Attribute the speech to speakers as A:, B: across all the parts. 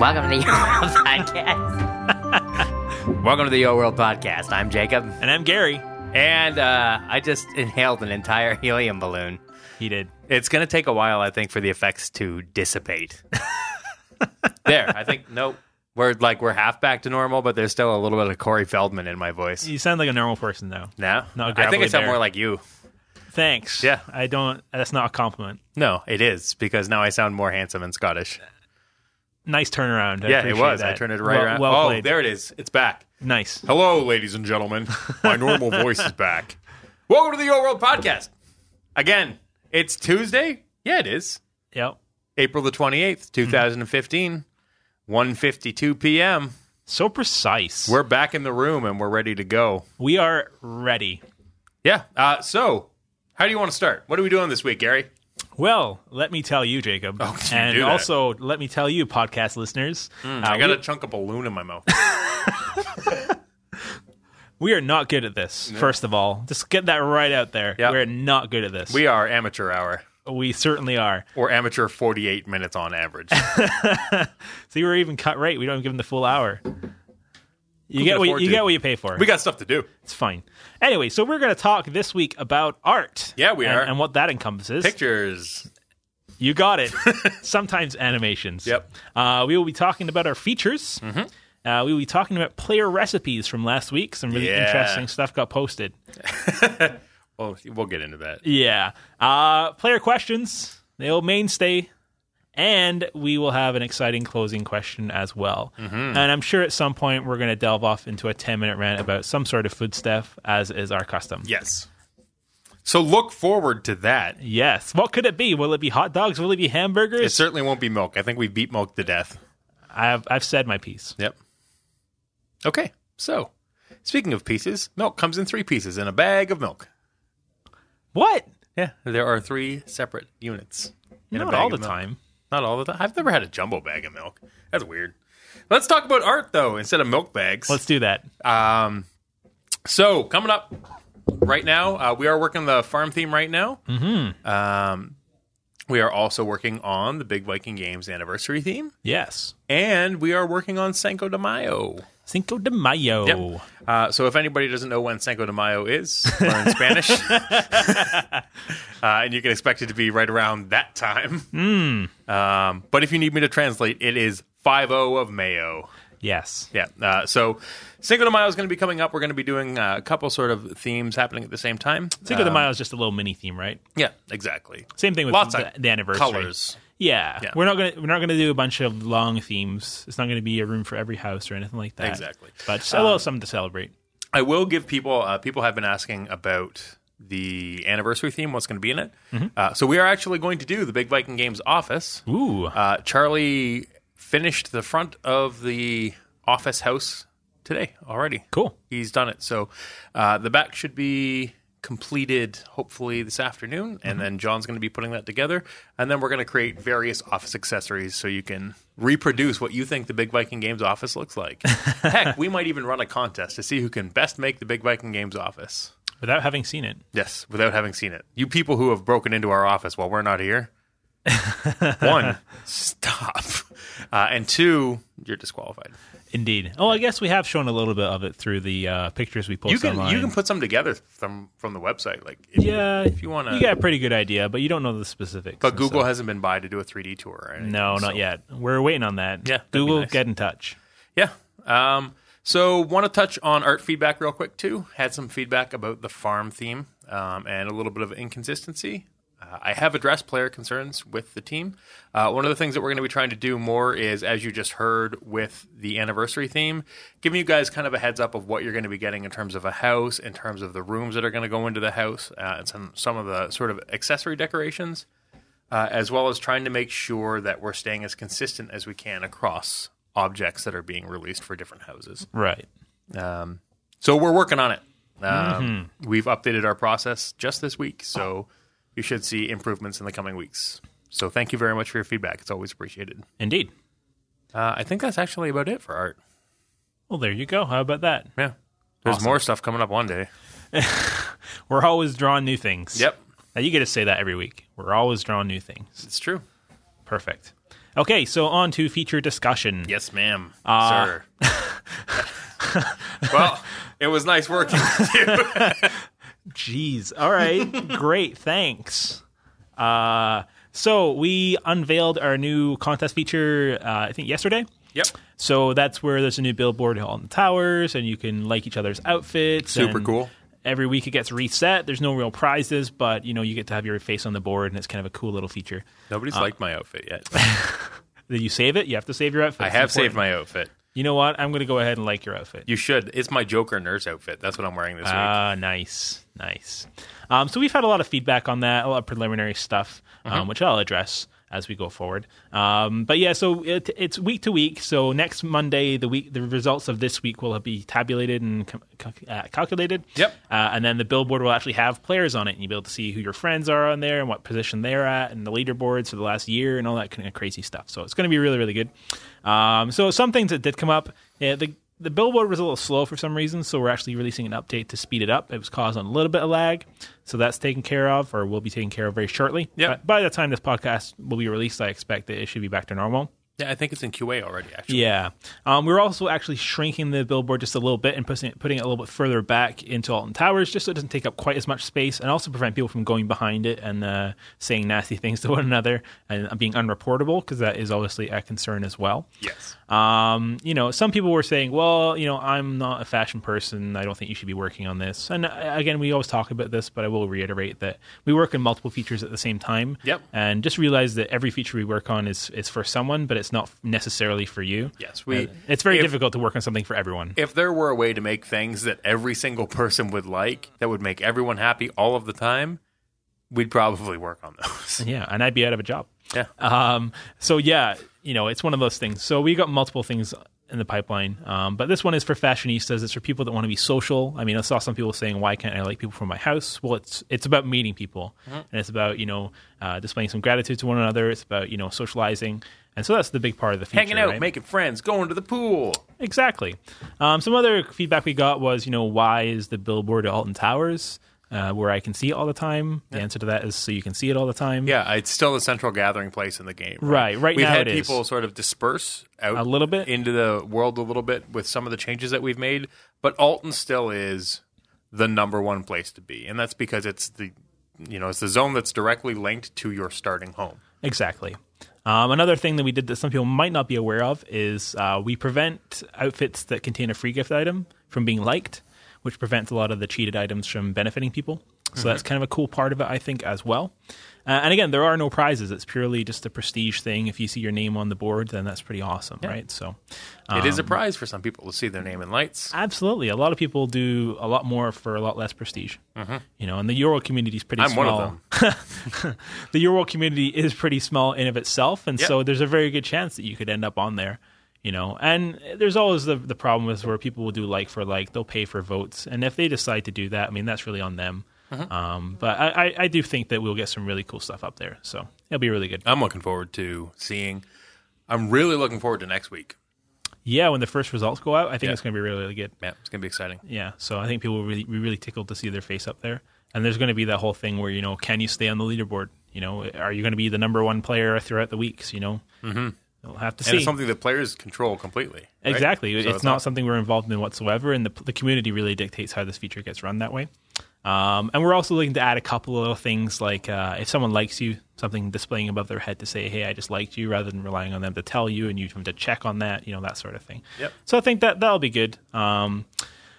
A: Welcome to the Yo World Podcast. Welcome to the Yo World Podcast. I'm Jacob,
B: And I'm Gary.
A: and uh, I just inhaled an entire helium balloon.
B: He did.
A: It's going to take a while, I think, for the effects to dissipate. there, I think. Nope. We're like we're half back to normal, but there's still a little bit of Corey Feldman in my voice.
B: You sound like a normal person, though.
A: No,
B: Not
A: I think
B: gravelly
A: I sound
B: there.
A: more like you.
B: Thanks.
A: Yeah.
B: I don't. That's not a compliment.
A: No, it is because now I sound more handsome and Scottish.
B: Nice turnaround. I
A: yeah, it
B: appreciate
A: was. I
B: that.
A: turned it right
B: well,
A: around.
B: Well
A: oh,
B: played.
A: there it is. It's back.
B: Nice.
A: Hello, ladies and gentlemen. My normal voice is back. Welcome to the Your World Podcast. Again, it's Tuesday. Yeah, it is.
B: Yep.
A: April the
B: Hmm.
A: 28th, 2015, 1.52 p.m.
B: So precise.
A: We're back in the room and we're ready to go.
B: we are ready.
A: Yeah. Uh, so, how do you want to start? What are we doing this week, Gary?
B: Well, let me tell you, Jacob,
A: Oh, you
B: and
A: do that. Hmm.
B: also let me tell you, podcast listeners, uh,
A: I got
B: we,
A: a chunk of balloon in my mouth.
B: we are not good at this. First of all, just get that right out there.
A: Yep.
B: We're not good at this.
A: we are amateur hour
B: we certainly are.
A: or amateur 48 minutes on average.
B: See, we're even cut rate. We don't give them the full hour. You
A: can
B: get what
A: afford
B: you
A: to.
B: get what you pay for.
A: we got stuff to do.
B: It's fine. Anyway, so we're going to talk this week about art.
A: Yeah, we
B: and,
A: are.
B: And what that encompasses.
A: Pictures.
B: You got it. Sometimes animations.
A: Yep.
B: Uh, we will be talking about our features. Mm-hmm. Uh, we will be talking about player recipes from last week. Some really
A: Yeah.
B: interesting stuff got posted.
A: Well, we'll get into that.
B: Yeah. Uh, player questions, the old mainstay. And we will have an exciting closing question as well.
A: Mm-hmm.
B: And I'm sure at some point we're going to delve off into a 10 minute rant about some sort of food stuff, as is our custom.
A: Yes. So look forward to that.
B: Yes. What could it be? Will it be hot dogs? Will it be
A: It
B: hamburgers?
A: certainly won't be milk. I think we beat milk to death.
B: I've I've said my piece.
A: Yep. Okay. So, speaking of pieces, milk comes in three pieces in a bag of milk.
B: What?
A: Yeah, there are three separate units. In
B: Not
A: bag
B: all
A: of
B: the
A: milk.
B: time.
A: Not all the time. I've never had a jumbo bag of milk. That's weird. Let's talk about art though instead of milk bags.
B: Let's do that.
A: Um, so coming up right now, uh, we are working the farm theme right now. Mm-hmm. Um, we are also working on the Big Viking Games anniversary theme,
B: Yes.
A: and we are working on Cinco de Mayo.
B: Cinco de Mayo.
A: Yep. Uh, so if anybody doesn't know when Cinco de Mayo is, learn Spanish, uh, and you can expect it to be right around that time. Um, but if you need me to translate, it is five zero of Mayo.
B: Yes.
A: Yeah. Uh, so Cinco de Mayo is going to be coming up. We're going to be doing uh, a couple sort of themes happening at the same time.
B: Cinco de
A: Um,
B: Mayo is just a little mini theme, right?
A: Yeah, exactly.
B: Same thing with
A: Lots
B: the,
A: of
B: the anniversary.
A: colors.
B: Yeah.
A: Yeah.
B: We're not gonna we're not gonna do a bunch of long themes. It's not gonna be a room for every house or anything like that.
A: Exactly. Um,
B: But just a little something to celebrate.
A: I will give people. Uh, people have been asking about the anniversary theme. What's going to be in it? Uh, so we are actually going to do the Big Viking Games office.
B: Ooh.
A: Uh, Charlie finished the front of the office house today already.
B: cool.
A: he's done it. So uh, the back should be completed hopefully this afternoon, and then John's going to be putting that together, and then we're going to create various office accessories so you can reproduce what you think the Big Viking Games office looks like. Heck, we might even run a contest to see who can best make the Big Viking Games office.
B: Without having seen it.
A: Yes, without having seen it. You people who have broken into our office while we're not here. One, stop. Uh, and two, you're disqualified.
B: Indeed. Oh, I guess we have shown a little bit of it through the uh, pictures we post
A: You can
B: online.
A: you can put some together from from the website. Like if,
B: yeah,
A: if you want to
B: you got a pretty good idea, but you don't know the specifics.
A: But
B: and
A: Google
B: so-
A: hasn't been by to do a 3D tour. Or anything,
B: No, not
A: so-
B: yet. We're waiting on that.
A: Yeah, that'd be
B: Google,
A: nice.
B: get in touch.
A: Yeah. Um, so, want to touch on art feedback real quick too. Had some feedback about the farm theme um, and a little bit of inconsistency. Uh, I have addressed player concerns with the team. Uh, one of the things that we're going to be trying to do more is, as you just heard with the anniversary theme, giving you guys kind of a heads up of what you're going to be getting in terms of a house, in terms of the rooms that are going to go into the house, uh, and some some of the sort of accessory decorations. uh, as well as trying to make sure that we're staying as consistent as we can across objects that are being released for different houses.
B: Right.
A: Um, so we're working on it. Um, We've updated our process just this week, so you should see improvements in the coming weeks. So thank you very much for your feedback. It's always appreciated.
B: Indeed.
A: Uh, I think that's actually about it for art.
B: Well, there you go. How about that?
A: Yeah. There's more stuff coming up one day.
B: We're always drawing new things.
A: Yep.
B: Now you get to say that every week. We're always drawing new things.
A: It's true.
B: Perfect. Okay, so on to feature discussion.
A: Yes, ma'am, sir. well, it was nice working. with you.
B: Jeez. All right. Great. Thanks. Uh, so we unveiled our new contest feature, uh, I think yesterday.
A: yep,
B: So that's where there's a new billboard on the towers, and you can like each other's outfits.
A: Super
B: and
A: cool.
B: Every week it gets reset. There's no real prizes, but you know you get to have your face on the board, and it's kind of a cool little feature.
A: nobody's liked my outfit yet.
B: That you save it. You have to save your outfit.
A: I
B: It's
A: have saved
B: important.
A: my outfit.
B: You know what? I'm going to go ahead and like your outfit.
A: You should. It's my Joker nurse outfit. That's what I'm wearing this week.
B: Ah, nice, nice. Um, so we've had a lot of feedback on that, a lot of preliminary stuff,
A: Mm-hmm.
B: um, which I'll address as we go forward. Um, but yeah, so it, it's week to week. So next Monday, the week, the results of this week will be tabulated and com- cal- uh, calculated.
A: Yep.
B: Uh, and then the billboard will actually have players on it, and you'll be able to see who your friends are on there and what position they're at, and the leaderboards for the last year and all that kind of crazy stuff. So it's going to be really, really good. Um, so some things that did come up, yeah, the the billboard was a little slow for some reason, so we're actually releasing an update to speed it up. It was causing a little bit of lag, so that's taken care of, or will be taken care of very shortly.
A: Yep.
B: By, by the time this podcast will be released, I expect that it should be back to normal.
A: yeah, I think it's in QA already. Actually,
B: Yeah, um, we're also actually shrinking the billboard just a little bit and putting it, putting it a little bit further back into Alton Towers, just so it doesn't take up quite as much space, and also prevent people from going behind it and uh, saying nasty things to one another and being unreportable, because that is obviously a concern as well.
A: yes.
B: Um, you know, some people were saying, "Well, you know, I'm not a fashion person. I don't think you should be working on this." And uh, again, we always talk about this, but I will reiterate that we work on multiple features at the same time.
A: Yep.
B: And just realize that every feature we work on is is for someone, but it's not necessarily for you.
A: Yes, we-
B: Uh, it's very
A: if-
B: difficult to work on something for everyone.
A: If there were a way to make things that every single person would like, that would make everyone happy all of the time, we'd probably work on those.
B: yeah, and I'd be out of a job.
A: yeah.
B: Um, so yeah, you know, it's one of those things. So we got multiple things in the pipeline, um, but this one is for fashionistas. It's for people that want to be social. I mean, I saw some people saying, "Why can't I like people from my house?" Well, it's it's about meeting people,
A: Uh-huh.
B: and it's about you know uh, displaying some gratitude to one another. It's about you know socializing, and so that's the big part of the feature.
A: Hanging out,
B: right?
A: making friends, going to the pool.
B: Exactly. Um, some other feedback we got was, you know, why is the billboard at Alton Towers uh, where I can see it all the time? The answer to that is so you can see it all the time.
A: Yeah, it's still the central gathering place in the game.
B: Right, right
A: We've
B: now
A: had
B: it is.
A: people sort of disperse out
B: A little bit.
A: into the world a little bit with some of the changes that we've made, but Alton still is the number one place to be, and that's because it's the you know it's the zone that's directly linked to your starting home.
B: Exactly. Um, another thing that we did that some people might not be aware of is uh, we prevent outfits that contain a free gift item from being liked, which prevents a lot of the cheated items from benefiting people. So that's kind of a cool part of it, I think, as well. Uh, and again, there are no prizes. It's purely just a prestige thing. If you see your name on the board, then that's pretty awesome, right? So
A: It is a
B: Um,
A: prize for some people to see their name in lights.
B: Absolutely. A lot of people do a lot more for a lot less prestige. You know, and the Euro community is pretty
A: Mm-hmm. I'm one
B: small.
A: of
B: them. the Euro community is pretty small in of itself, and
A: Yep.
B: so there's a very good chance that you could end up on there. You know, and there's always the the problem with where people will do like for like. They'll pay for votes, and if they decide to do that, I mean that's really on them.
A: Mm-hmm.
B: Um, but I, I, I do think that we'll get some really cool stuff up there, so it'll be really good.
A: I'm looking forward to seeing. I'm really looking forward to next week.
B: Yeah, when the first results go out, I think
A: Yeah.
B: it's going to be really really good.
A: Man, it's gonna be exciting.
B: Yeah, so I think people will really, be really tickled to see their face up there. And there's going to be that whole thing where you know, can you stay on the leaderboard? You know, are you going to be the number one player throughout the weeks? You know, mm-hmm. we'll have to
A: And
B: see.
A: it's something that players control completely. right?
B: exactly,
A: So
B: it's, not, something we're involved in whatsoever, and the, the community really dictates how this feature gets run that way. Um, and we're also looking to add a couple of little things like uh, if someone likes you, something displaying above their head to say, "Hey, I just liked you," rather than relying on them to tell you and you have to check on that, you know, that sort of thing.
A: Yep.
B: So I think that that'll be good. Um,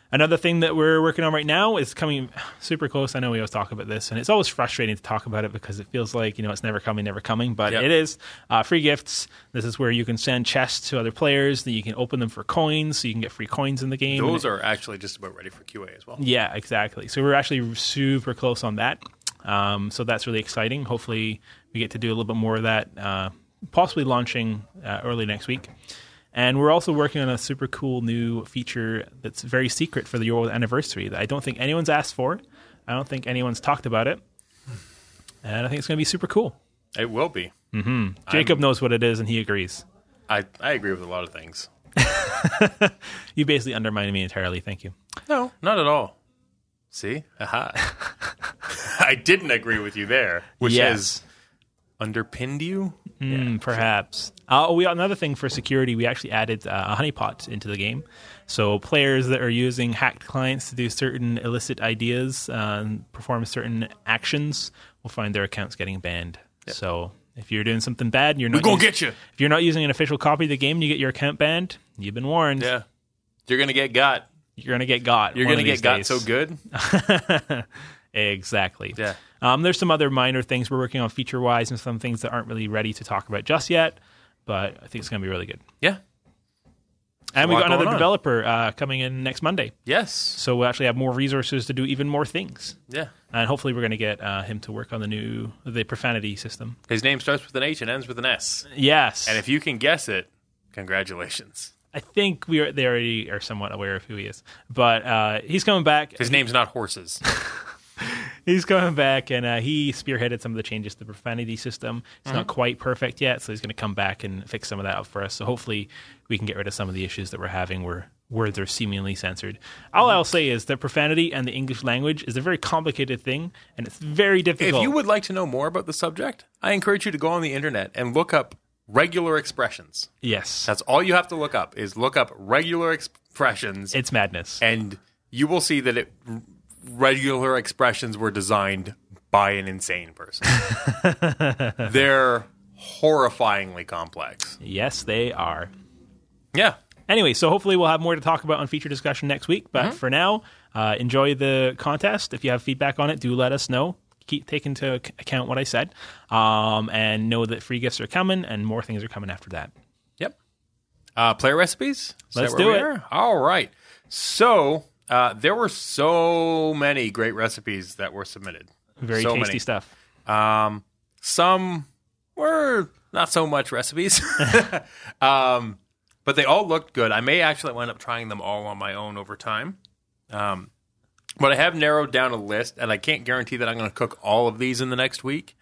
B: Another thing that we're working on right now is coming super close. I know we always talk about this, and it's always frustrating to talk about it because it feels like you know it's never coming, never coming. But
A: Yep.
B: it is uh, free gifts. This is where you can send chests to other players. That you can open them for coins, so you can get free coins in the game.
A: Those are actually just about ready for QA as well.
B: Yeah, exactly. So we're actually super close on that. Um, so that's really exciting. Hopefully, we get to do a little bit more of that, uh, possibly launching uh, early next week. And we're also working on a super cool new feature that's very secret for the Euro anniversary that I don't think anyone's asked for. I don't think anyone's talked about it. And I think it's going to be super cool.
A: It will be.
B: Jacob knows what it is and he agrees.
A: I, I agree with a lot of things.
B: You basically undermined me entirely. Thank you.
A: No, not at all. See? Aha. I didn't agree with you there, which
B: Yes.
A: has underpinned you.
B: Mm, perhaps. Uh, we another thing for security, we actually added uh, a honeypot into the game. So players that are using hacked clients to do certain illicit ideas uh, and perform certain actions will find their accounts getting banned. So if you're doing something bad, and you're not
A: gonna
B: using-
A: get you.
B: If you're not using an official copy of the game, and you get your account banned. You've been warned.
A: Yeah. You're going to get got.
B: You're gonna get got.
A: You're
B: one
A: going to
B: of
A: get
B: these days.
A: got so good.
B: exactly.
A: Yeah.
B: Um, there's some other minor things we're working on feature wise and some things that aren't really ready to talk about just yet, but I think it's going to be really good.
A: Yeah.
B: And we've
A: lot
B: got another
A: going on.
B: developer uh, coming in next Monday.
A: Yes.
B: So we'll actually have more resources to do even more things.
A: Yeah.
B: And hopefully we're going to get uh, him to work on the new, the profanity system.
A: His name starts with an H and ends with an S.
B: Yes.
A: And if you can guess it, congratulations.
B: I think we are, they already are somewhat aware of who he is, but uh, he's coming back.
A: His name's not horses.
B: He's coming back, and uh, he spearheaded some of the changes to the profanity system. It's
A: Mm-hmm.
B: not quite perfect yet, so he's going to come back and fix some of that up for us. So hopefully, we can get rid of some of the issues that we're having where words are seemingly censored.
A: Mm-hmm.
B: All I'll say is that profanity and the English language is a very complicated thing, and it's very
A: if
B: difficult.
A: you would like to know more about the subject, I encourage you to go on the internet and look up regular expressions.
B: yes,
A: That's all you have to look up is look up regular expressions
B: it's madness.
A: and you will see that it regular expressions were designed by an insane person. They're horrifyingly complex.
B: yes, they are.
A: Yeah.
B: Anyway, so hopefully we'll have more to talk about on feature discussion next week. But
A: Mm-hmm.
B: for now, uh, enjoy the contest. If you have feedback on it, do let us know. Keep take into ac- account what I said, um, and know that free gifts are coming and more things are coming after that.
A: Yep. Uh, player recipes. Is
B: Let's
A: that where
B: do
A: we
B: it.
A: are? All right. So uh, there were so many great recipes that were submitted.
B: Very
A: so
B: tasty
A: many.
B: stuff.
A: Um, some were not so much recipes, um, but they all looked good. I may actually wind up trying them all on my own over time. Um, but I have narrowed down a list, and I can't guarantee that I'm going to cook all of these in the next week,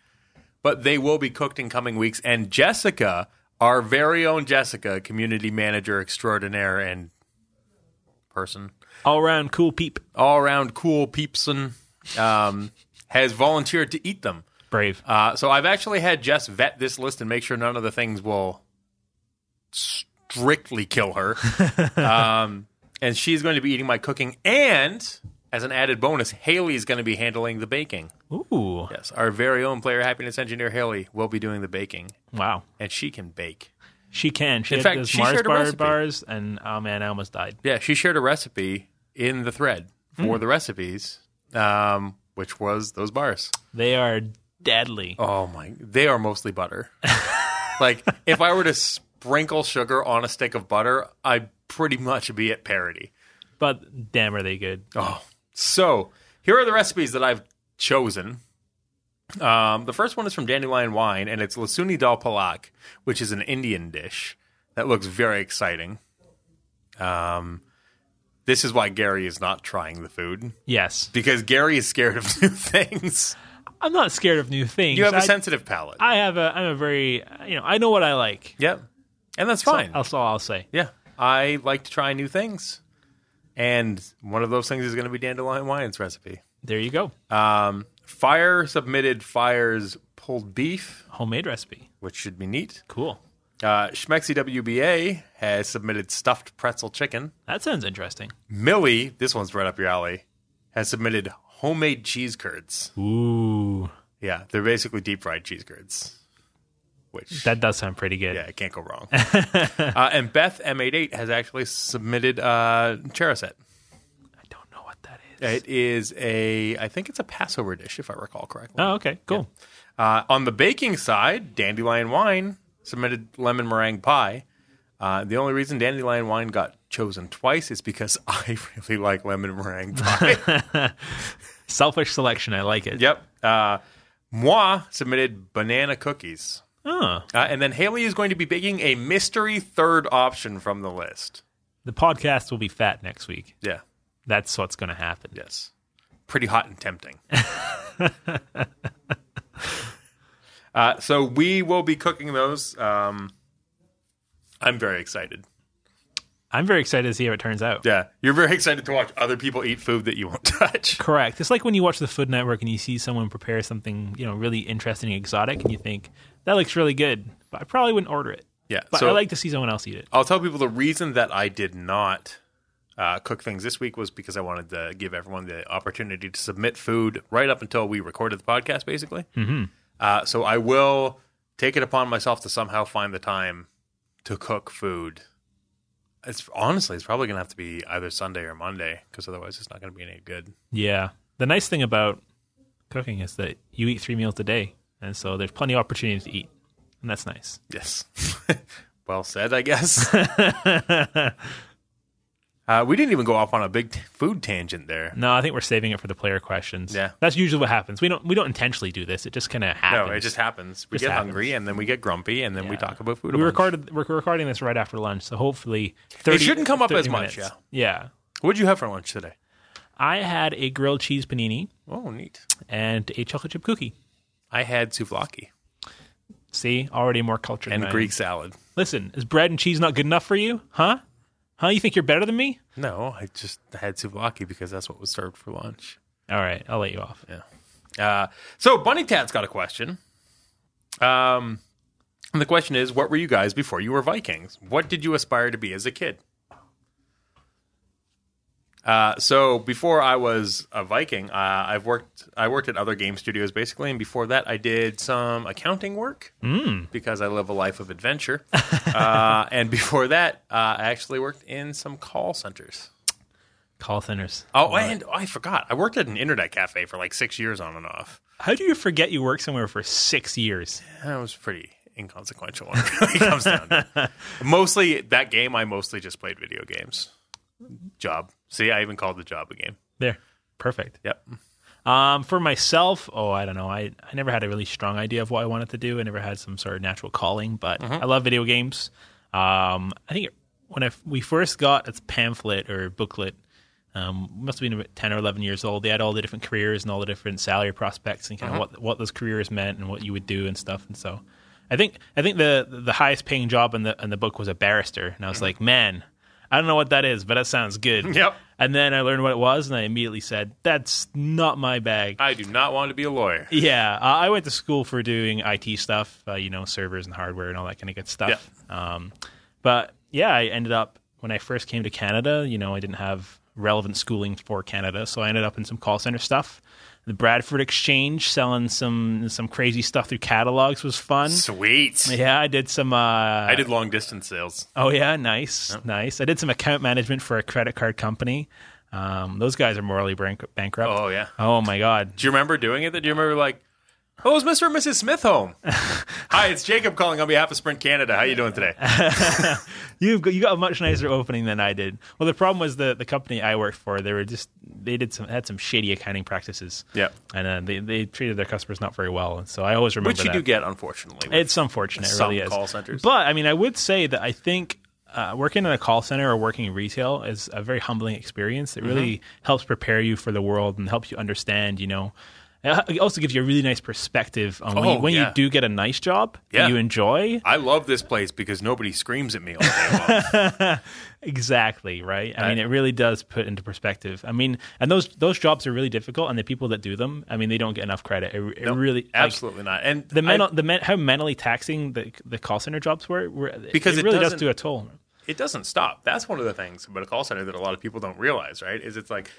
A: but they will be cooked in coming weeks. And Jessica, our very own Jessica, community manager extraordinaire and person,
B: All around cool peep.
A: all around cool peepson, um, has volunteered to eat them.
B: Brave.
A: Uh, so I've actually had Jess vet this list and make sure none of the things will strictly kill her. um, and she's going to be eating my cooking, and as an added bonus, Haley's going to be handling the baking.
B: Uh, Ooh.
A: Yes, our very own player happiness engineer Haley will be doing the baking,
B: Wow.
A: and she can bake.
B: She can. She
A: In
B: had
A: fact,
B: those
A: she
B: Mars
A: shared a
B: bar
A: recipe.
B: bars, and oh man, I almost died.
A: Yeah, she shared a recipe in the thread for the recipes, um, which was those bars.
B: They are deadly.
A: Oh my! They are mostly butter. like if I were to sprinkle sugar on a stick of butter, I'd pretty much be at parity.
B: But damn, are they good?
A: Oh, so here are the recipes that I've chosen. Um, the first one is from Dandelion Wine, and it's lasuni dal palak, which is an Indian dish that looks very exciting. Um, this is why Gary is not trying the food
B: Yes.
A: because Gary is scared of new things.
B: I'm not scared of new things.
A: You have a
B: I-
A: sensitive palate.
B: I have a. I'm a very. uh, You know, I know what I like.
A: yep, and that's fine.
B: That's all I'll say.
A: Yeah, I like to try new things, and one of those things is going to be dandelion wine's recipe.
B: There you go.
A: Um, Fire submitted Fire's pulled beef,
B: Homemade recipe.
A: which should be neat.
B: Cool.
A: Uh, Schmexy WBA has submitted stuffed pretzel chicken.
B: That sounds interesting.
A: Millie, this one's right up your alley, has submitted homemade cheese curds.
B: Ooh,
A: Yeah, they're basically deep fried cheese curds, which
B: that does sound pretty good.
A: yeah, it can't go wrong. uh, and Beth M88 has actually submitted uh, Cherisette.
B: I don't know what that is.
A: It is a, I think it's a Passover dish, if I recall correctly.
B: Oh, okay, cool.
A: Uh, on the baking side, Dandelion Wine submitted lemon meringue pie. Uh, the only reason Dandelion Wine got chosen twice is because I really like lemon meringue pie.
B: Selfish selection. I like it.
A: yep. Uh, Moi submitted banana cookies.
B: Oh,
A: Uh, and then Haley is going to be baking a mystery third option from the list.
B: the podcast will be fat next week.
A: Yeah.
B: That's what's going to happen.
A: Yes. Pretty hot and tempting. uh, so we will be cooking those. Um, I'm very excited.
B: I'm very excited to see how it turns out.
A: Yeah. You're very excited to watch other people eat food that you won't touch.
B: Correct. It's like when you watch the Food Network and you see someone prepare something, you know, really interesting, and exotic, and you think that looks really good, but I probably wouldn't order it.
A: Yeah.
B: But
A: so
B: I like to see someone else eat it.
A: I'll tell people the reason that I did not uh, cook things this week was because I wanted to give everyone the opportunity to submit food right up until we recorded the podcast, basically. Mm-hmm. Uh, so I will take it upon myself to somehow find the time to cook food. It's honestly, it's probably going to have to be either Sunday or Monday because otherwise, it's not going to be any good.
B: Yeah. The nice thing about cooking is that you eat three meals a day, and so there's plenty of opportunities to eat, and that's nice.
A: Yes. well said, I guess. uh, we didn't even go off on a big t- food tangent there.
B: No, I think we're saving it for the player questions.
A: Yeah.
B: that's usually what happens. We don't we don't intentionally do this. It just kind of happens.
A: No, it just happens. We
B: Just
A: get
B: happens.
A: hungry and then we get grumpy and then we
B: Yeah.
A: talk about food. a
B: we
A: bunch.
B: recorded we're recording this right after lunch, so hopefully 30,
A: shouldn't come up
B: 30
A: as much,
B: minutes. Yeah,
A: What'd you have for lunch today?
B: I had a grilled cheese panini
A: Oh, neat.
B: and a chocolate chip cookie.
A: I had souvlaki
B: See, already more cultured
A: and
B: than I am.
A: Greek salad.
B: Listen, is bread and cheese not good enough for you? Huh? Huh? You think you're better than me?
A: No, I just had souvlaki because that's what was served for lunch.
B: All right, I'll let you off.
A: Uh, so Bunny Tat's got a question. Um, and the question is, what were you guys before you were Vikings? What did you aspire to be as a kid? Uh, so before I was a Viking, uh, I've worked I worked at other game studios basically, and before that, I did some accounting work because I live a life of adventure. uh, and before that, uh, I actually worked in some call centers.
B: Call centers.
A: Oh, and oh, I forgot, I worked at an internet cafe for like six years on and off.
B: How do you forget you worked somewhere for six years?
A: That was pretty inconsequential when it really comes down to it. Mostly that game, I mostly just played video games. Job. See, I even called the job a game.
B: There, perfect.
A: Yep.
B: Um, for myself, oh, I don't know. I, I never had a really strong idea of what I wanted to do. I never had some sort of natural calling, but I love video games. Um, I think when I, we first got a pamphlet or booklet, um, must have been about 10 or 11 years old, they had all the different careers and all the different salary prospects and kind of what, what those careers meant and what you would do and stuff. And so I think, I think the, the highest paying job in the, in the book was a barrister. And I was like, man, I don't know what that is, but that sounds good.
A: Yep.
B: And then I learned what it was, and I immediately said, "That's not my bag."
A: I do not want to be a lawyer.
B: yeah, uh, I went to school for doing IT stuff, uh, you know, servers and hardware and all that kind of good stuff. Um, but yeah, I ended up when I first came to Canada. You know, I didn't have relevant schooling for Canada, so I ended up in some call center stuff. The Bradford Exchange selling some some crazy stuff through catalogs was fun.
A: Sweet.
B: Yeah, I did some. Uh,
A: I did long distance sales.
B: Oh yeah, nice, nice. I did some account management for a credit card company. Um, those guys are morally bank- bankrupt.
A: Oh, yeah.
B: Oh my god.
A: Do you remember doing it? Do you remember like, oh, is Mr. and Mrs. Smith home? Hi, it's Jacob calling on behalf of Sprint Canada. How you doing today?
B: You've got, you got a much nicer opening than I did. Well, the problem was the, the company I worked for. They were just they did some had some shady accounting practices.
A: Yeah.
B: and uh, they they treated their customers not very well. And so I always remember
A: Which you
B: that.
A: do get, unfortunately. with
B: It's unfortunate. It
A: some
B: really is.
A: call centers.
B: But I mean, I would say that I think uh, working in a call center or working in retail is a very humbling experience. It really
A: Mm-hmm.
B: helps prepare you for the world and helps you understand. You know, Uh, it also gives you a really nice perspective on when,
A: Oh,
B: you, when
A: yeah.
B: you do get a nice job
A: Yeah.
B: that you enjoy.
A: I love this place because nobody screams at me all day long.
B: Exactly right. I mean, it really does put into perspective. I mean, and those those jobs are really difficult, and the people that do them, I mean, they don't get enough credit. It, it really like,
A: Absolutely not. And
B: the
A: I-
B: mental the men, how mentally taxing the the call center jobs were, were
A: Because
B: it,
A: it
B: really does
A: doesn't-
B: do a toll.
A: it doesn't stop. That's one of the things about a call center that a lot of people don't realize, right? Is it's like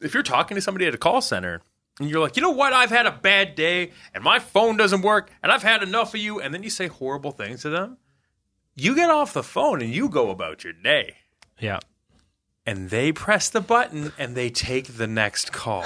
A: if you're talking to somebody at a call center and you're like, you know what, I've had a bad day and my phone doesn't work and I've had enough of you, and then you say horrible things to them, you get off the phone and you go about your day.
B: Yeah.
A: And they press the button and they take the next call.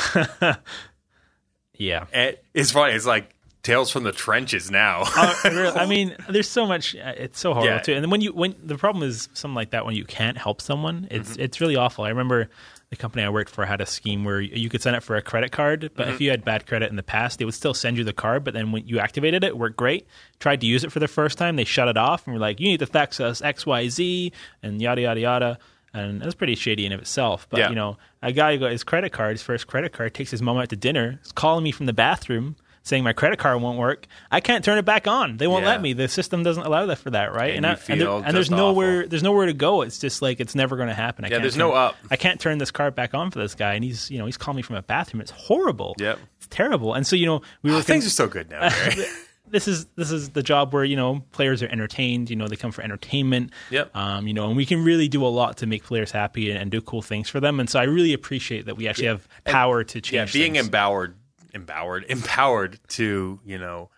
B: Yeah.
A: And it's funny. It's like tales from the trenches now.
B: Uh, I mean, there's so much. uh, It's so horrible
A: Yeah.
B: too. And then when you when the problem is something like that when you can't help someone, it's it's really awful. I remember the company I worked for had a scheme where you could sign up for a credit card, but if you had bad credit in the past, they would still send you the card. But then when you activated it, it worked great. Tried to use it for the first time, they shut it off and were like, "You need to fax us X Y Z and yada yada yada." And that's pretty shady in of itself. But
A: Yeah.
B: you know, a guy got his credit card, his first credit card, takes his mom out to dinner, is calling me from the bathroom saying my credit card won't work. I can't turn it back on. They won't
A: Yeah.
B: let me. The system doesn't allow that for that, right?
A: And
B: I,
A: you feel
B: and there's
A: just
B: nowhere
A: awful.
B: there's nowhere to go. It's just like it's never going to happen. I can't
A: there's
B: turn-
A: no up.
B: I can't turn this card back on for this guy, and he's you know he's calling me from a bathroom. It's horrible.
A: Yep. Ah,
B: It's terrible. And so you know we were
A: Things are so good now. Gary.
B: this is this is the job where you know players are entertained. You know they come for entertainment.
A: Yep.
B: Um, you know, and we can really do a lot to make players happy and, and do cool things for them. And so I really appreciate that we actually have power to
A: yeah,
B: change.
A: being
B: things.
A: empowered, empowered, empowered to you know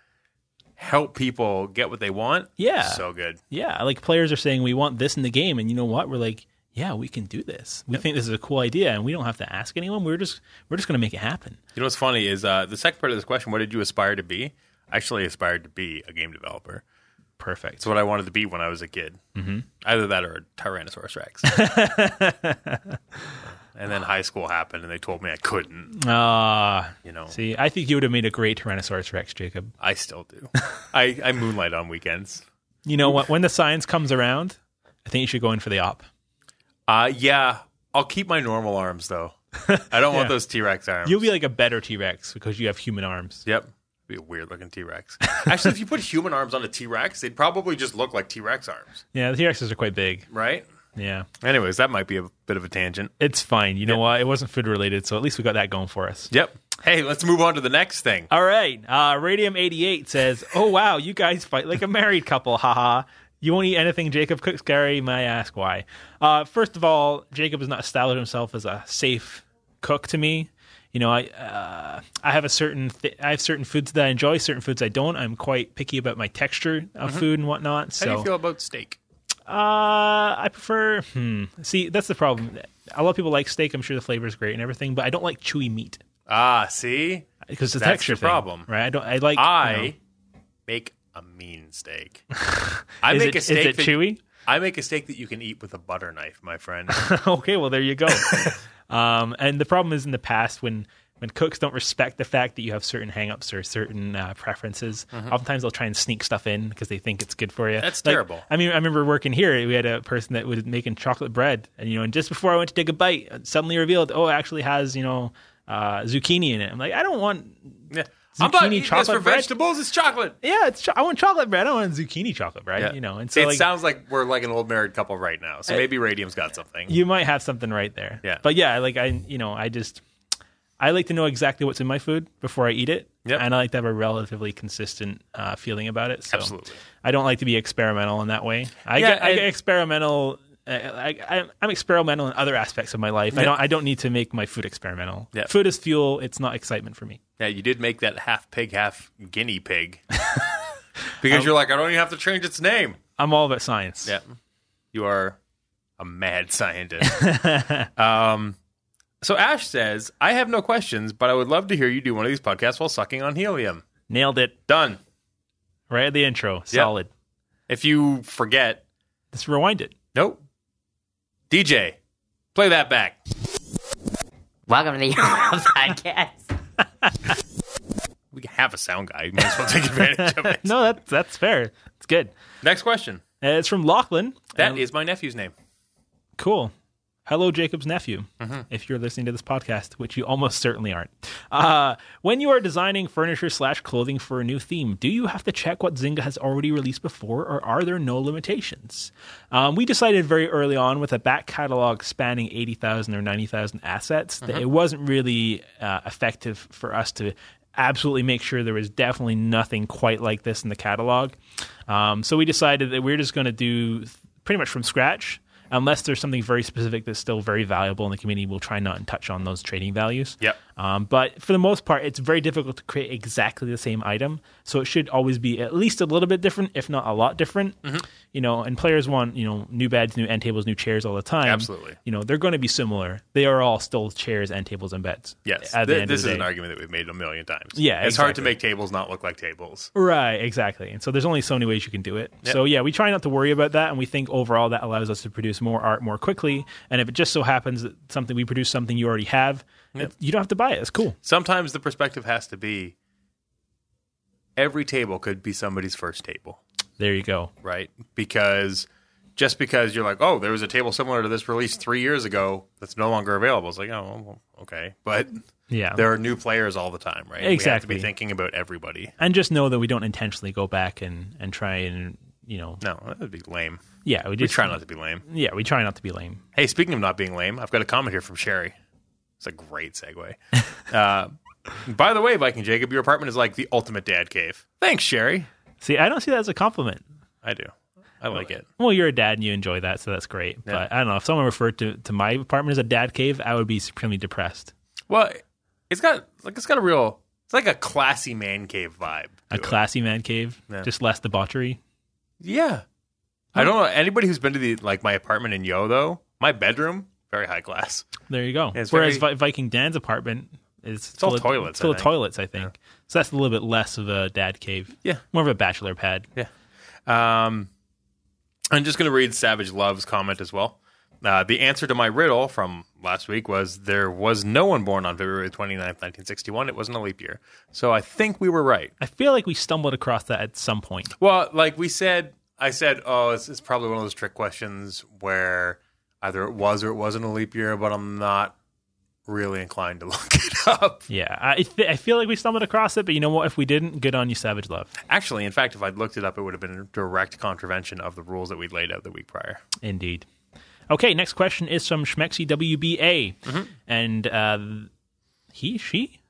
A: help people get what they want.
B: Yeah.
A: so good.
B: yeah, like players are saying we want this in the game, and you know what? We're like, yeah, we can do this. We think this is a cool idea, and we don't have to ask anyone. We're just we're just going to make it happen.
A: You know what's funny is uh, the second part of this question: What did you aspire to be? I actually aspired to be a game developer.
B: Perfect.
A: It's what I wanted to be when I was a kid. Mm-hmm. Either that or a Tyrannosaurus Rex. and then high school happened, and they told me I couldn't.
B: Ah,
A: You know,
B: see, I think you would have made a great Tyrannosaurus Rex, Jacob.
A: I still do. I, I moonlight on weekends.
B: You know what? When the science comes around, I think you should go in for the op.
A: Uh, yeah, I'll keep my normal arms though. I don't want
B: Yeah.
A: those T Rex arms.
B: You'll be like a better T Rex because you have human arms.
A: Yep. Be a weird looking T Rex. Actually, if you put human arms on a T Rex, they'd probably just look like T Rex arms,
B: Yeah, the T Rexes are quite big.
A: right?
B: Yeah,
A: Anyways, that might be a bit of a tangent.
B: it's fine. You know what? It wasn't food related, so at least we got that going for us.
A: Yep. Hey, let's move on to the next thing.
B: All right. Uh, Radium 88 says, Oh, wow, you guys fight like a married couple. Haha. You won't eat anything Jacob cooks, Gary. May I ask why? Uh, first of all, Jacob has not established himself as a safe cook to me. You know, I uh, I have a certain th- I have certain foods that I enjoy, certain foods I don't. I'm quite picky about my texture of food and whatnot. So
A: Mm-hmm. How do you feel about steak?
B: uh, I prefer. Hmm. See, that's the problem. A lot of people like steak. I'm sure the flavor is great and everything, but I don't like chewy meat
A: Ah, see,
B: because the
A: That's
B: texture
A: your
B: thing,
A: problem.
B: right? I don't. I like. you
A: I
B: know.
A: make a mean steak. I
B: Is
A: make
B: it-
A: a steak.
B: Is it
A: that,
B: chewy?
A: I make a steak that you can eat with a butter knife, my friend.
B: okay, well there you go. um, and the problem is in the past when when cooks don't respect the fact that you have certain hangups or certain uh, preferences, oftentimes they'll try and sneak stuff in because they think it's good for you.
A: Mm-hmm. That's
B: Like,
A: terrible.
B: I mean, I remember working here. We had a person that was making chocolate bread, and you know, and just before I went to take a bite, it suddenly revealed, oh, it actually has you know uh, zucchini in it. I'm like, I don't want.
A: Yeah. I'm not
B: Zucchini
A: eating this for
B: chocolate bread?
A: vegetables. It's chocolate.
B: Yeah, it's cho- I want chocolate bread. I don't want zucchini chocolate bread. You know, and so
A: it
B: like,
A: sounds like we're like an old married couple right now. So maybe Radium's got something.
B: you might have something right there.
A: Yeah.
B: But yeah, like I, you know, I just I like to know exactly what's in my food before I eat it,
A: Yep.
B: and I like to have a relatively consistent uh, feeling about it. So
A: Absolutely.
B: I don't like to be experimental in that way. I
A: Yeah,
B: get I,
A: and-
B: get experimental. I, I, I'm- I'm experimental in other aspects of my life. I don't. I don't need to make my food experimental.
A: Yeah.
B: Food is fuel. It's not excitement for me.
A: Yeah, you did make that half pig, half guinea pig. because you're like, I don't even have to change its name.
B: I'm all about science.
A: Yeah. You are a mad scientist. um, so Ash says, I have no questions, but I would love to hear you do one of these podcasts while sucking on helium.
B: Nailed it
A: Done.
B: right at the intro. Solid.
A: If you forget,
B: Let's rewind it.
A: nope. DJ, play that back.
C: Welcome to the Euro Podcast.
A: We have a sound guy. You might as well take advantage of it.
B: No, that's that's fair. It's good.
A: Next question.
B: Uh, it's from Lachlan.
A: That is
B: Um,
A: my nephew's name.
B: Cool. Hello, Jacob's nephew. If you're listening to this podcast, which you almost certainly aren't, uh, when you are designing furniture slash clothing for a new theme, do you have to check what Zynga has already released before, or are there no limitations? Um, we decided very early on with a back catalog spanning eighty thousand or ninety thousand assets that it wasn't really uh, effective for us to absolutely make sure there was definitely nothing quite like this in the catalog. Um, so we decided that we're just going to do th- pretty much from scratch. Unless there's something very specific that's still very valuable in the community, we'll try not and touch on those trading values.
A: Yep.
B: Um, but for the most part, it's very difficult to create exactly the same item, so it should always be at least a little bit different, if not a lot different.
A: Mm-hmm.
B: You know, and players want you know new beds, new end tables, new chairs all the time.
A: Absolutely.
B: You know, they're going to be similar. They are all still chairs, end tables, and beds.
A: Yes.
B: At
A: Th-
B: the end
A: this
B: of the day.
A: is an argument that we've made a million times.
B: Yeah,
A: It's hard to
B: exactly.
A: make tables not look like tables.
B: Right, exactly. And so there's only so many ways you can do it. So yeah, we try not to worry about that, and we think overall that allows us to produce more art more quickly. And if it just so happens that something we produce something you already have, it- you don't have to buy it. It's cool.
A: Sometimes the perspective has to be every table could be somebody's first table,
B: There you go.
A: right? Because just because you're like, oh, there was a table similar to this released three years ago that's no longer available. It's like, oh, well, okay. But
B: Yeah.
A: there are new players all the time, right? We have to
B: Exactly.
A: be thinking about everybody.
B: and just know that we don't intentionally go back and and try and you know
A: No, that would be lame.
B: yeah we
A: We
B: just
A: try not to be lame.
B: yeah we try not to be lame.
A: Hey, speaking of not being lame, I've got a comment here from Sherry. It's a great segue. Uh, By the way, Viking Jacob, your apartment is like the ultimate dad cave. Thanks, Sherry.
B: See, I don't see that as a compliment.
A: I do. I like it.
B: Well, you're a dad and you enjoy that, so that's great. But I don't know. If someone referred to, to my apartment as a dad cave, I would be supremely depressed.
A: Well, it's got like it's got a real it's like a classy man cave vibe.
B: A
A: to it.
B: classy man cave,
A: Yeah.
B: just less debauchery.
A: Yeah. I don't know anybody who's been to the like my apartment in Yo though. My bedroom, very high class.
B: There you go.
A: Yeah, it's
B: Whereas
A: very-
B: Vi- Viking Dan's apartment is
A: all
B: full of-
A: toilets,
B: It's full
A: I
B: of
A: think.
B: toilets, I think. So that's a little bit less of a dad cave.
A: Yeah.
B: More of a bachelor pad.
A: Um, I'm just going to read Savage Love's comment as well. Uh, the answer to my riddle from last week was there was no one born on February 29th, 1961. It wasn't a leap year. So I think we were right.
B: I feel like we stumbled across that at some point.
A: Well, like we said, I said, oh, this is probably one of those trick questions where either it was or it wasn't a leap year, but I'm not really inclined to look it up.
B: Yeah. I, I feel like we stumbled across it, but you know what? If we didn't, good on you, Savage Love.
A: Actually, in fact, if I'd looked it up, it would have been a direct contravention of the rules that we laid out the week prior.
B: Indeed. Okay, next question is from Schmexy WBA.
A: Mm-hmm.
B: And uh, he, she,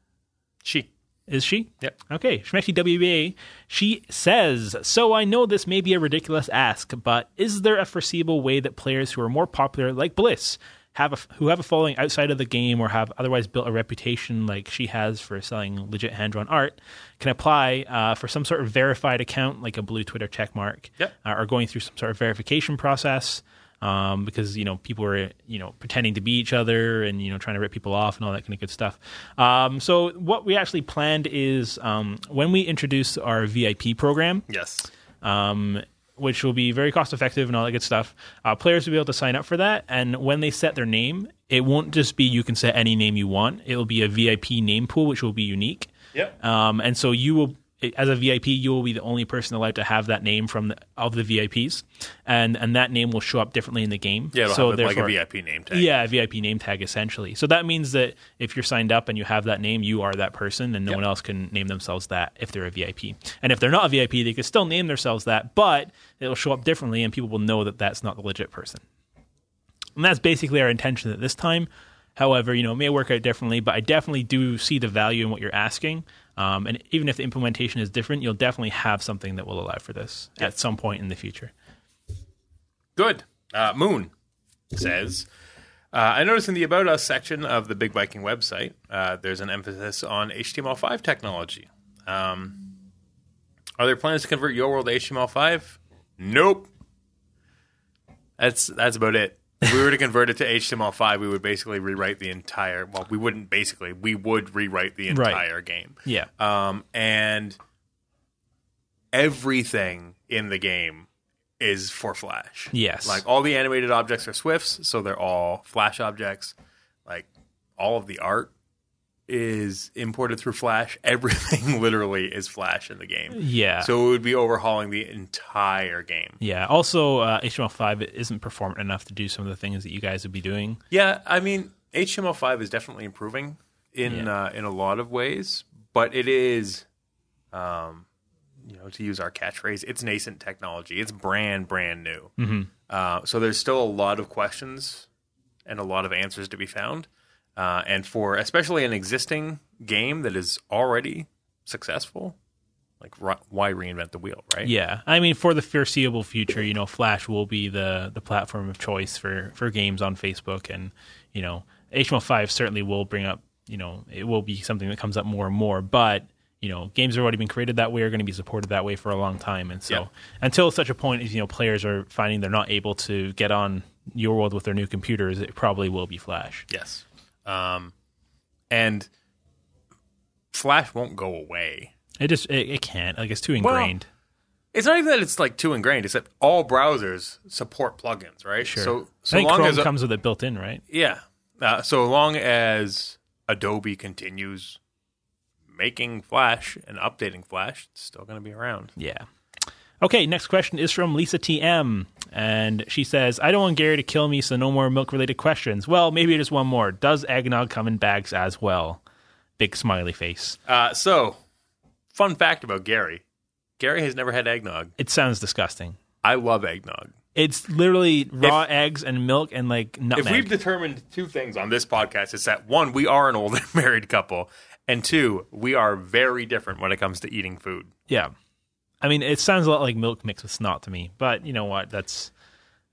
A: She.
B: is she?
A: Yep.
B: Okay, Schmexy WBA. She says, So I know this may be a ridiculous ask, but is there a foreseeable way that players who are more popular, like Bliss, have a, who have a following outside of the game or have otherwise built a reputation like she has for selling legit hand drawn art, can apply uh, for some sort of verified account, like a blue Twitter checkmark,
A: Yep.
B: uh, or going through some sort of verification process? Um, because you know people were you know pretending to be each other and you know trying to rip people off and all that kind of good stuff. Um, so what we actually planned is um, when we introduce our VIP program,
A: Yes.
B: um, which will be very cost effective and all that good stuff. Uh, players will be able to sign up for that, and when they set their name, it won't just be you can set any name you want. It will be a VIP name pool, which will be unique.
A: Yep.
B: Um, and so you will, as a VIP, you will be the only person allowed to have that name from the, of the VIPs, and and that name will show up differently in the game.
A: Yeah, it'll
B: so
A: have like a
B: therefore-
A: VIP name tag.
B: Yeah, a VIP name tag essentially. So that means that if you're signed up and you have that name, you are that person, and no one else can name themselves that if they're a VIP. And if they're not a VIP, they can still name themselves that, but it'll show up differently, and people will know that that's not the legit person. And that's basically our intention at this time. However, you know, it may work out differently, but I definitely do see the value in what you're asking. Um, and even if the implementation is different, you'll definitely have something that will allow for this at some point in the future.
A: Good. Uh, Moon says, uh, I noticed in the About Us section of the Big Viking website, uh, there's an emphasis on HTML5 technology. Um, are there plans to convert your world to HTML5? Nope. That's that's about it. If we were to convert it to HTML5, we would basically rewrite the entire. Well, we wouldn't basically. We would rewrite the
B: Right.
A: entire game
B: Yeah.
A: um, and everything in the game is for Flash.
B: Yes.
A: like all the animated objects are Swifts, so they're all Flash objects. Like all of the art is imported through Flash. Everything literally is Flash in the game.
B: Yeah.
A: So it would be overhauling the entire game.
B: Yeah. Also, uh, HTML5 isn't performant enough to do some of the things that you guys would be doing.
A: Yeah, I mean HTML5 is definitely improving in uh, in a lot of ways, but it is, um, you know, to use our catchphrase, it's nascent technology. It's brand brand new. Uh, so there's still a lot of questions and a lot of answers to be found. Uh, and for especially an existing game that is already successful, like ri- why reinvent the wheel, right?
B: Yeah. I mean, for the foreseeable future, you know, Flash will be the the platform of choice for for games on Facebook, and you know, HTML5 certainly will bring up. You know, it will be something that comes up more and more, but. You know, games have already been created that way, are going to be supported that way for a long time, and so
A: Yeah.
B: until such a point as you know players are finding they're not able to get on your world with their new computers, it probably will be Flash.
A: Yes. Um, and Flash won't go away.
B: It just it, it can't like it's too
A: Well,
B: ingrained.
A: It's not even that it's like too ingrained. It's that all browsers support plugins, right?
B: Sure.
A: So
B: I
A: so
B: think
A: long
B: Chrome
A: as
B: comes with it built in, right?
A: yeah, uh, so long as Adobe continues making Flash and updating Flash, it's still going to be around.
B: Yeah. Okay, next question is from Lisa TM. And she says, I don't want Gary to kill me, so no more milk related questions. Well, maybe just one more. Does eggnog come in bags as well? Big smiley face.
A: Uh, so, fun fact about Gary: Gary has never had eggnog.
B: It sounds disgusting.
A: I love eggnog.
B: It's literally raw eggs and milk and like
A: If we've
B: nutmeg.
A: determined two things on this podcast, it's that one, we are an old and married couple, And two, we are very different when it comes to eating food.
B: Yeah. I mean, it sounds a lot like milk mixed with snot to me, but you know what? That's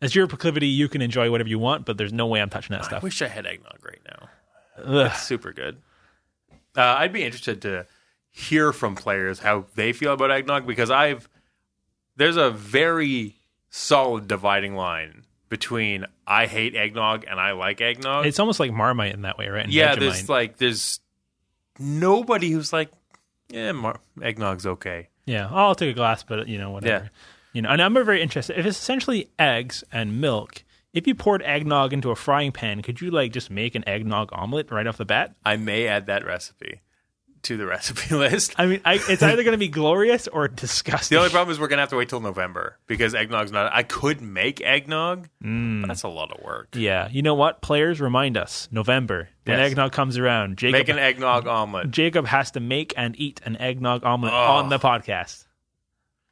B: that's your proclivity. You can enjoy whatever you want, but there's no way I'm touching that
A: I
B: stuff.
A: wish I had eggnog right now.
B: Ugh.
A: It's super good. Uh, I'd be interested to hear from players how they feel about eggnog because I've there's a very solid dividing line between I hate eggnog and I like eggnog.
B: It's almost like Marmite in that way, right? And
A: yeah,
B: Vegemite.
A: there's like there's nobody who's like, yeah, mar- eggnog's okay.
B: yeah. Oh, I'll take a glass, but you know whatever.
A: Yeah.
B: You know, and I'm very interested. If it's essentially eggs and milk, if you poured eggnog into a frying pan, could you like just make an eggnog omelet right off the bat?
A: I may add that recipe to the recipe list.
B: I mean, I, it's either going to be glorious or disgusting.
A: The only problem is we're gonna have to wait till November because eggnog's not. I could make eggnog, but that's a lot of work.
B: yeah, you know what? Players remind us November when
A: Yes.
B: eggnog comes around. Jacob
A: Make an eggnog omelet.
B: Jacob has to make and eat an eggnog omelet
A: Ugh.
B: on the podcast.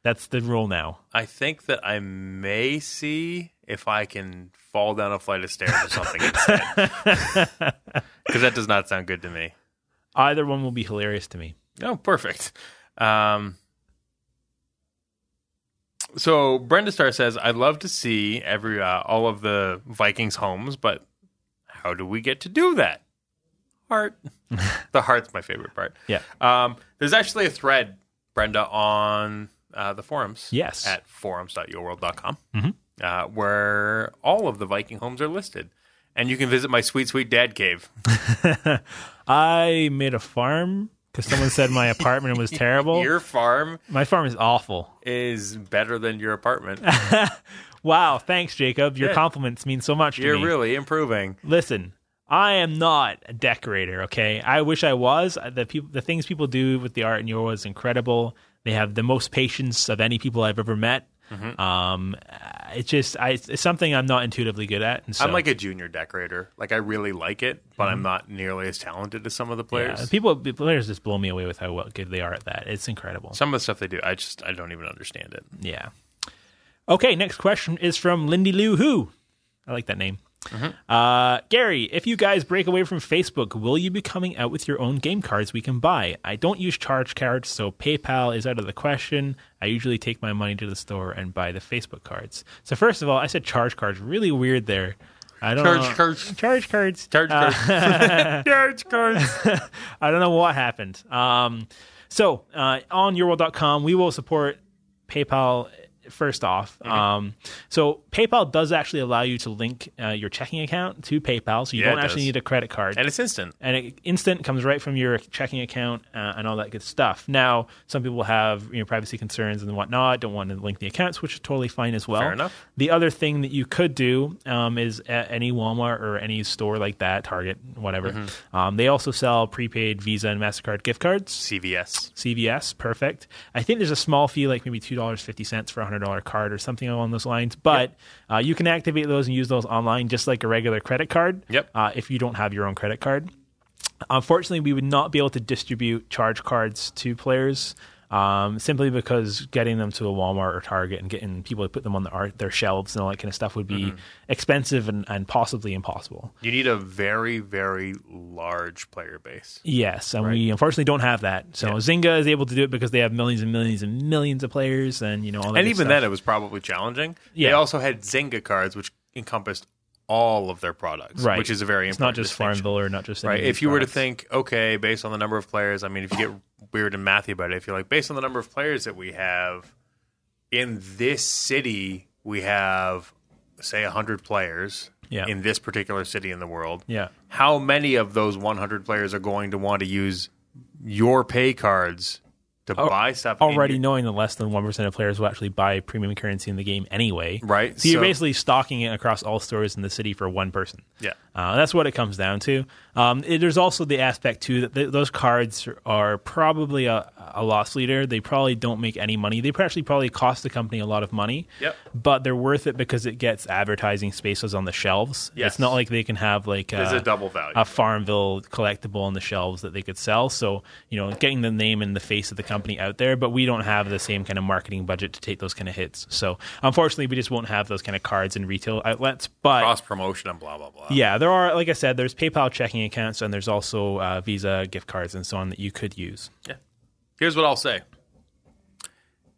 B: That's the rule now.
A: I think that I may see if I can fall down a flight of stairs or something instead because that does not sound good to me.
B: Either one will be hilarious to me.
A: Oh, perfect. Um, so Brenda Star says, "I'd love to see every uh, all of the Vikings' homes, but how do we get to do that?" Heart. the heart's my favorite part.
B: Yeah.
A: Um, there's actually a thread, Brenda, on uh, the forums.
B: Yes. Mm-hmm.
A: At forums.yourworld.com, uh, where all of the Viking homes are listed, and you can visit my sweet, sweet dad cave.
B: I made a farm because someone said my apartment was terrible.
A: Your farm
B: my farm is awful.
A: is better than your apartment.
B: Wow, thanks, Jacob. Your
A: Yeah.
B: compliments mean so much to
A: You're
B: me.
A: really improving.
B: Listen, I am not a decorator. Okay, I wish I was. The people, the things people do with the art in Yorwa is incredible. They have the most patience of any people I've ever met.
A: Mm-hmm.
B: Um, uh, it's just I, it's something I'm not intuitively good at. And so, Mm-hmm.
A: I'm like a junior decorator. Like I really like it, but I'm not nearly as talented as some of the
B: yeah,
A: players.
B: people the players just blow me away with how well- good they are at that. It's incredible.
A: some of the stuff they do, I just I don't even understand it.
B: Yeah. Okay, next question is from Lindy Lou Who. I like that name.
A: Mm-hmm.
B: Uh, Gary, if you guys break away from Facebook, will you be coming out with your own game cards we can buy? I don't use charge cards, so PayPal is out of the question. I usually take my money to the store and buy the Facebook cards. So first of all, I said charge cards. Really weird there. I don't
A: Charge
B: know-
A: cards.
B: Charge cards.
A: Charge cards. Charge cards.
B: I don't know what happened. Um, so uh, on yourworld.com, we will support PayPal first off. Um, so PayPal does actually allow you to link uh, your checking account to PayPal, so you
A: Yeah,
B: don't
A: it
B: actually
A: does.
B: need a credit card.
A: And it's instant.
B: and it instant comes right from your checking account uh, and all that good stuff. Now, some people have you know privacy concerns and whatnot, don't want to link the accounts, which is totally fine as well.
A: Fair enough.
B: The other thing that you could do um, is at any Walmart or any store like that, Target, whatever.
A: Mm-hmm.
B: Um, they also sell prepaid Visa and Mastercard gift cards.
A: CVS.
B: CVS, perfect. I think there's a small fee, like maybe two dollars fifty cents for a hundred dollar card or something along those lines. But uh, you can activate those and use those online, just like a regular credit card.
A: Yep.
B: Uh, if you don't have your own credit card, unfortunately, we would not be able to distribute charge cards to players. Um, simply because getting them to a Walmart or Target and getting people to put them on the art, their shelves and all that kind of stuff would be expensive and, and possibly impossible.
A: You need a very, very large player base.
B: Yes, and we unfortunately don't have that. So Zynga is able to do it because they have millions and millions and millions of players, and you know all that.
A: And
B: good
A: even
B: stuff.
A: then, it was probably challenging. They
B: Yeah.
A: also had Zynga cards, which encompassed all of their products,
B: right?
A: which is a very
B: it's not
A: important
B: just
A: distinction.
B: Farmville or not just any
A: right?
B: of
A: If
B: these
A: you were to
B: products.
A: think, okay, based on the number of players, I mean, if you get weird and mathy about it, if you're like, based on the number of players that we have in this city, we have say 100 players
B: Yeah.
A: in this particular city in the world.
B: Yeah.
A: How many of those 100 players are going to want to use your pay cards to buy stuff? in
B: already
A: your-
B: knowing that less than one percent of players will actually buy premium currency in the game anyway,
A: Right,
B: So, you're
A: so-
B: basically stocking it across all stores in the city for one person.
A: Yeah.
B: Uh, that's what it comes down to. Um, it- there's also the aspect too that th- those cards are probably a, a loss leader. They probably don't make any money. They actually probably cost the company a lot of money.
A: Yep.
B: But they're worth it because it gets advertising spaces on the shelves.
A: Yes.
B: It's not like they can have like
A: There's
B: uh,
A: a double value.
B: a Farmville collectible on the shelves that they could sell. So you know, getting the name and the face of the company out there, but we don't have the same kind of marketing budget to take those kind of hits. So unfortunately, we just won't have those kind of cards in retail outlets. But
A: Cross promotion and blah blah blah.
B: yeah, there are, like I said, there's PayPal checking accounts and there's also uh, Visa gift cards and so on that you could use.
A: Yeah. Here's what I'll say.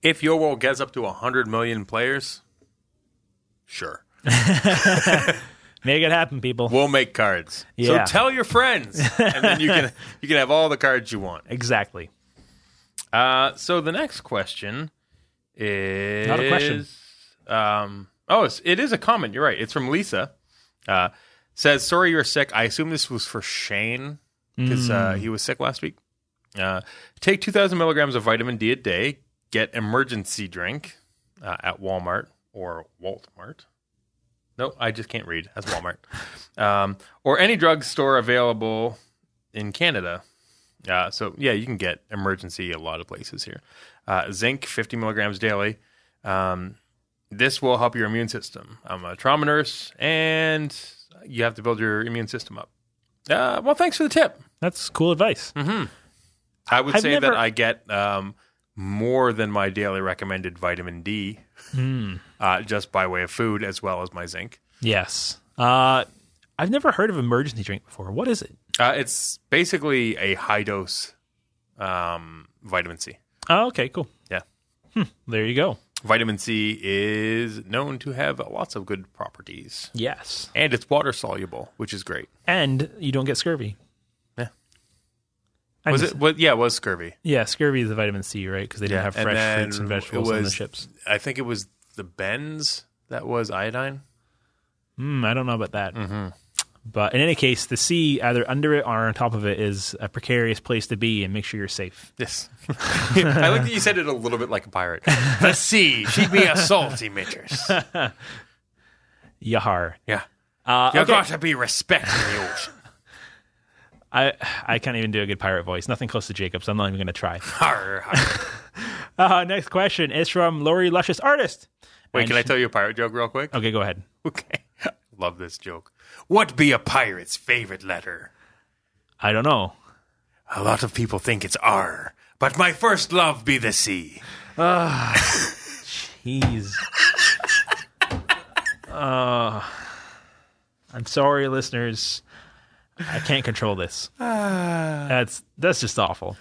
A: If your world gets up to 100 million players, sure.
B: Make it happen, people.
A: We'll make cards.
B: Yeah.
A: So tell your friends and then you can you can have all the cards you want.
B: exactly.
A: Uh, so the next question is
B: Not a question.
A: Um, oh, it's, it is a comment. You're right. It's from Lisa. Uh, says, "Sorry, you're sick. I assume this was for Shane because uh, he was sick last week. Uh, take 2,000 milligrams of vitamin D a day. Get emergency drink uh, at Walmart or Walmart. No, I just can't read. That's Walmart. um, or any drugstore available in Canada. Uh, so yeah, you can get emergency a lot of places here. Uh, zinc, 50 milligrams daily. Um, this will help your immune system. I'm a trauma nurse, and you have to build your immune system up. Uh, well, thanks for the tip.
B: That's cool advice.
A: Mm-hmm. I would
B: I've
A: say
B: never-
A: that I get um, more than my daily recommended vitamin D
B: Hmm.
A: uh, just by way of food as well as my zinc.
B: Yes. Uh, I've never heard of emergency drink before. What is it?
A: Uh, it's basically a high dose um, vitamin C.
B: Oh, okay, cool.
A: Yeah.
B: There you go.
A: Vitamin C is known to have lots of good properties,
B: Yes.
A: and it's water soluble, which is great.
B: And you don't get scurvy.
A: Yeah.
B: I
A: was
B: miss-
A: it? What, yeah, it was scurvy.
B: Yeah, scurvy is the vitamin C, right? Because they didn't have fresh fruits and
A: then
B: vegetables
A: it
B: on the
A: was-
B: ships.
A: I think it was the Benz that was iodine.
B: Mm, I don't know about that. But in any case, the C, either under it or on top of it, is a precarious place to be and make sure you're safe.
A: Yes. I like that you said it a little bit like a pirate. The sea, she'd be a salty mistress.
B: Yahar.
A: Yeah.
B: Uh,
A: You
B: okay.
A: gotta be respecting the ocean.
B: I, I can't even do a good pirate voice. Nothing close to Jacob's. I'm not even going to try.
A: Har, har.
B: Uh, next question is from Lori Luscious Artist.
A: Wait,
B: And
A: can I
B: she-
A: tell you a pirate joke real quick?
B: Okay, go ahead.
A: Okay. Love this joke. What be a pirate's favorite letter?
B: I don't know.
A: A lot of people think it's R, but my first love be the sea.
B: He's. Uh, I'm sorry, listeners. I can't control this. That's that's just awful.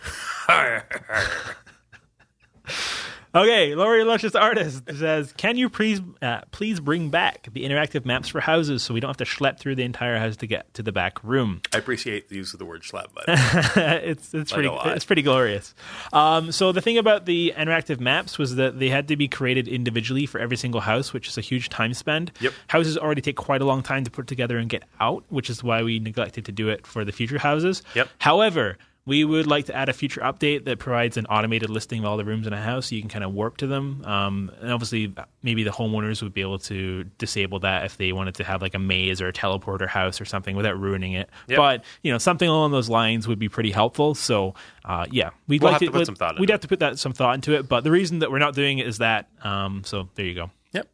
B: okay, Lori Luscious Artist says, "Can you please uh, please bring back the interactive maps for houses so we don't have to schlep through the entire house to get to the back room?"
A: I appreciate the use of the word slap, but
B: it's it's pretty
A: a lot.
B: it's pretty glorious. Um, so the thing about the interactive maps was that they had to be created individually for every single house, which is a huge time spend.
A: Yep.
B: Houses already take quite a long time to put together and get out, which is why we neglected to do it for the future houses.
A: Yep.
B: However, we would like to add a future update that provides an automated listing of all the rooms in a house, so you can kind of warp to them. Um, and obviously, maybe the homeowners would be able to disable that if they wanted to have like a maze or a teleporter house or something without ruining it.
A: Yep.
B: But you know, something along those lines would be pretty helpful. So, uh, yeah, we'd
A: We'll
B: like
A: have to put
B: we'd-
A: some thought
B: We'd
A: into
B: have to put that some thought into it. But the reason that we're not doing it is that. Um, so there you go.
A: Yep.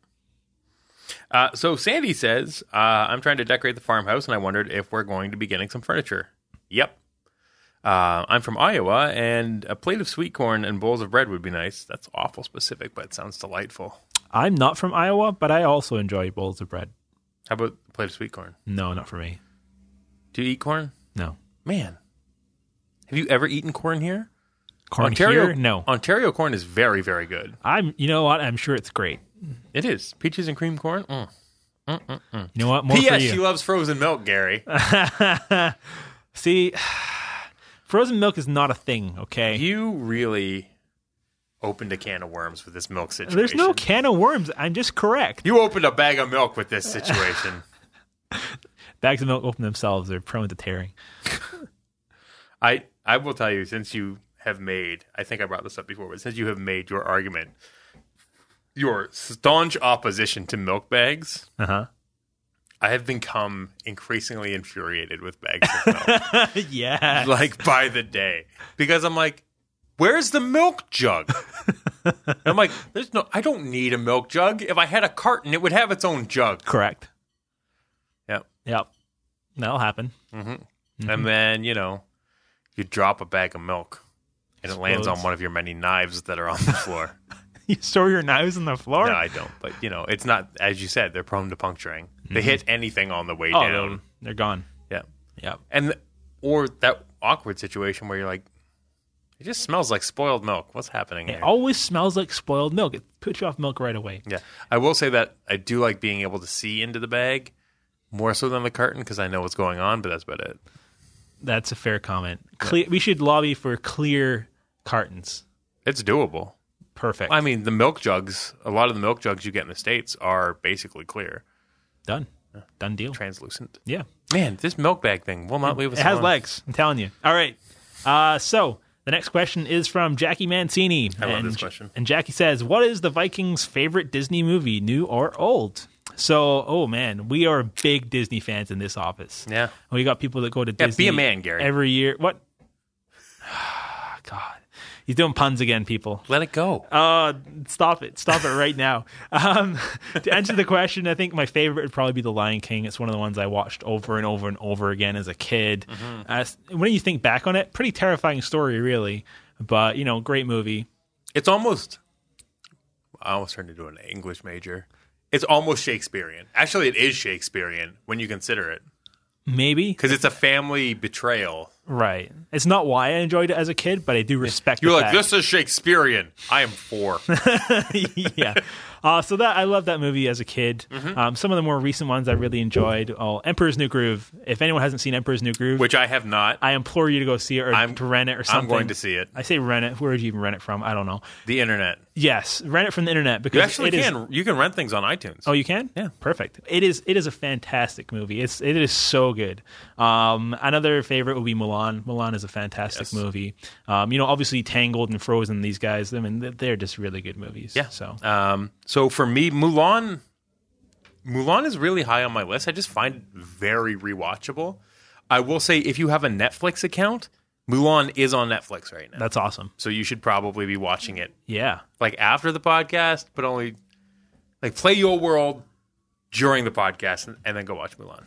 A: Uh, so Sandy says, uh, I'm trying to decorate the farmhouse and I wondered if we're going to be getting some furniture. Yep. Uh, I'm from Iowa and a plate of sweet corn and bowls of bread would be nice. That's awful specific, but it sounds delightful.
B: I'm not from Iowa, but I also enjoy bowls of bread.
A: How about a plate of sweet corn?
B: No, not for me.
A: Do you eat corn?
B: No,
A: Man, have you ever eaten corn here?
B: corn
A: Ontario,
B: here. No,
A: Ontario corn is very, very good.
B: I'm. You know what? I'm sure it's great.
A: It is. Peaches and cream corn? Mm.
B: You know what? More for
A: P.S.
B: you.
A: She loves frozen milk, Gary.
B: See, frozen milk is not a thing. Okay.
A: you really opened a can of worms with this milk situation.
B: There's no can of worms. I'm just correct.
A: You opened a bag of milk with this situation.
B: Bags of milk open themselves. They're prone to tearing.
A: I I will tell you since you have made I think I brought this up before, but since you have made your argument, your staunch opposition to milk bags,
B: Uh huh.
A: I have become increasingly infuriated with bags of milk,
B: yeah.
A: like by the day, because I'm like, where's the milk jug? And I'm like, there's no, I don't need a milk jug. If I had a carton, it would have its own jug.
B: Correct.
A: Yep.
B: Yep. Mm-hmm. That'll happen.
A: And then you know, you drop a bag of milk. and it lands on
B: Explodes.
A: one of your many knives that are on the floor.
B: You store your knives on the floor?
A: no, I don't. But you know, it's not as you said. They're prone to puncturing. They hit anything on the way
B: Mm-hmm. oh,
A: down.
B: they're- they're gone.
A: Yeah,
B: Yeah.
A: and or that awkward situation where you're like, it just smells like spoiled milk. What's happening
B: It
A: here?
B: always smells like spoiled milk. It puts you off milk right away.
A: Yeah, I will say that I do like being able to see into the bag more so than the carton because I know what's going on. But that's about it.
B: That's a fair comment. Cle- We should lobby for clear cartons.
A: It's doable.
B: Perfect.
A: I mean, the milk jugs. A lot of the milk jugs you get in the states are basically clear,
B: done. Done deal.
A: translucent.
B: Yeah.
A: Man, this milk bag thing will not leave us.
B: It has
A: alone.
B: legs. I'm telling you. All right. Uh, so the next question is from Jackie Mancini.
A: I love
B: and,
A: this question.
B: And Jackie says, "What is the Vikings' favorite Disney movie, new or old?" So, oh man, we are big Disney fans in this office.
A: Yeah.
B: we got people that go to
A: Yeah,
B: Disney.
A: be a man, Gary.
B: Every year, what? God, he's doing puns again, people.
A: Let it go.
B: Uh, stop it. Stop it right now. Um, to answer the question, I think my favorite would probably be The Lion King. It's one of the ones I watched over and over and over again as a kid.
A: Mm-hmm.
B: Uh, when you think back on it, pretty terrifying story, really. But, you know, great movie.
A: It's almost. I almost turned into an English major. It's almost Shakespearean. Actually, it is Shakespearean when you consider it
B: Maybe.
A: because it's a family betrayal.
B: Right. It's not why I enjoyed it as a kid, but I do respect
A: You're
B: the
A: like,
B: fact.
A: this is Shakespearean. I am four.
B: yeah. Uh, so that I love that movie as a kid.
A: Mm-hmm.
B: Um, some of the more recent ones I really enjoyed. Oh, Emperor's New Groove. If anyone hasn't seen Emperor's New Groove,
A: which I have not.
B: I implore you to go see it or
A: I'm-
B: to rent it or
A: I'm
B: something.
A: going to see it.
B: I say rent it. Where would you even rent it from? I don't know.
A: The internet.
B: Yes, rent it from the internet because
A: You actually
B: it is-
A: can. you can rent things on iTunes.
B: Oh, you can? Yeah, perfect. It is. It is a fantastic movie. It's. It is so good. Um, another favorite would be Milan. Milan is a fantastic movie. Um, you know, obviously Tangled and Frozen. These guys. I mean, they're- they're just really good movies.
A: Yeah.
B: So
A: Um, so for me, Mulan, Mulan is really high on my list. I just find it very rewatchable. I will say, if you have a Netflix account, Mulan is on Netflix right now,
B: that's awesome.
A: so you should probably be watching it
B: Yeah.
A: like after the podcast, but only like play your world during the podcast and, and then go watch Mulan.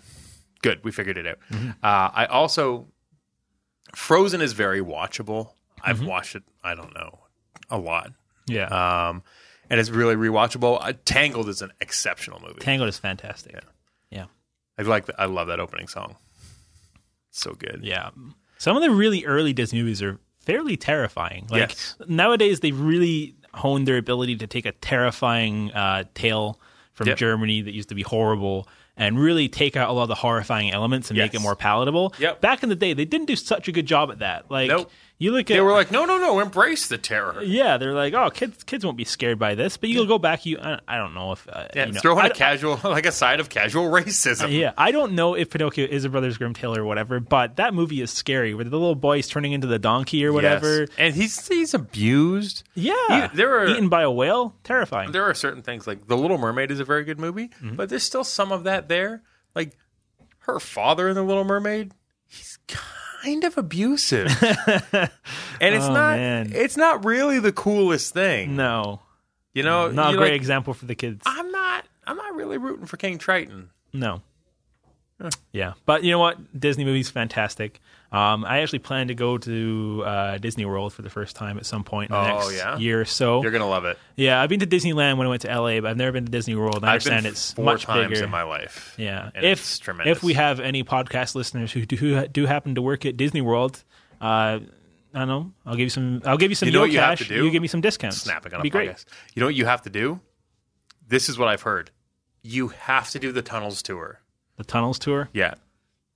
A: Good, we figured it out.
B: Mm-hmm.
A: Uh, I also Frozen is very watchable. I've
B: Mm-hmm.
A: watched it. I don't know a lot,
B: Yeah.
A: um, and it's really rewatchable. Uh, Tangled is an exceptional movie.
B: Tangled is fantastic. Yeah.
A: I like. The, I love that opening song. So good.
B: Yeah. Some of the really early Disney movies are fairly terrifying. Like
A: Yes.
B: nowadays they really honed their ability to take a terrifying uh, tale from
A: Yep.
B: Germany that used to be horrible and really take out a lot of the horrifying elements and make
A: Yes.
B: it more palatable.
A: Yep.
B: Back in the day they didn't do such a good job at that. Like
A: Nope.
B: you look at
A: They were like, no, no, no, embrace the terror.
B: yeah, they're like, oh, kids, kids won't be scared by this. But you'll go back. You, I I don't know if uh,
A: Yeah,
B: you know,
A: throw in
B: I-
A: a casual, like a side of casual racism.
B: yeah, I don't know if Pinocchio is a Brothers Grimm tale or whatever, but that movie is scary. Where the little boy's turning into the donkey or whatever.
A: Yes. And he's he's abused.
B: Yeah,
A: He- there are-
B: eaten by a whale, terrifying.
A: There are certain things like The Little Mermaid is a very good movie,
B: Mm-hmm.
A: but there's still some of that there. Like her father in The Little Mermaid, he's kind of abusive. and it's
B: Oh,
A: not
B: man.
A: it's not really the coolest thing.
B: No,
A: Oh, You know,
B: not a
A: You're
B: great
A: like,
B: example for the kids.
A: I'm not I'm not really rooting for King Triton.
B: No. Yeah, but you know what? Disney movies fantastic. Um, I actually plan to go to uh, Disney World for the first time at some point in the
A: Oh,
B: next
A: yeah?
B: year or so.
A: You're gonna love it.
B: yeah, I've been to Disneyland when I went to LA, but I've never been to Disney World. And I
A: I've
B: understand
A: been
B: it's
A: four
B: much
A: times
B: bigger.
A: in my life.
B: Yeah,
A: And
B: if
A: it's tremendous.
B: if we have any podcast listeners who do, who do happen to work at Disney World, uh, I don't know. I'll give you some. I'll give you some.
A: You know
B: Yo
A: what you have
B: cash,
A: to do?
B: You give me some discounts.
A: snapping on a
B: Be
A: podcast.
B: great.
A: You know what you have to do? This is what I've heard. You have to do the tunnels tour.
B: The tunnels tour.
A: Yeah.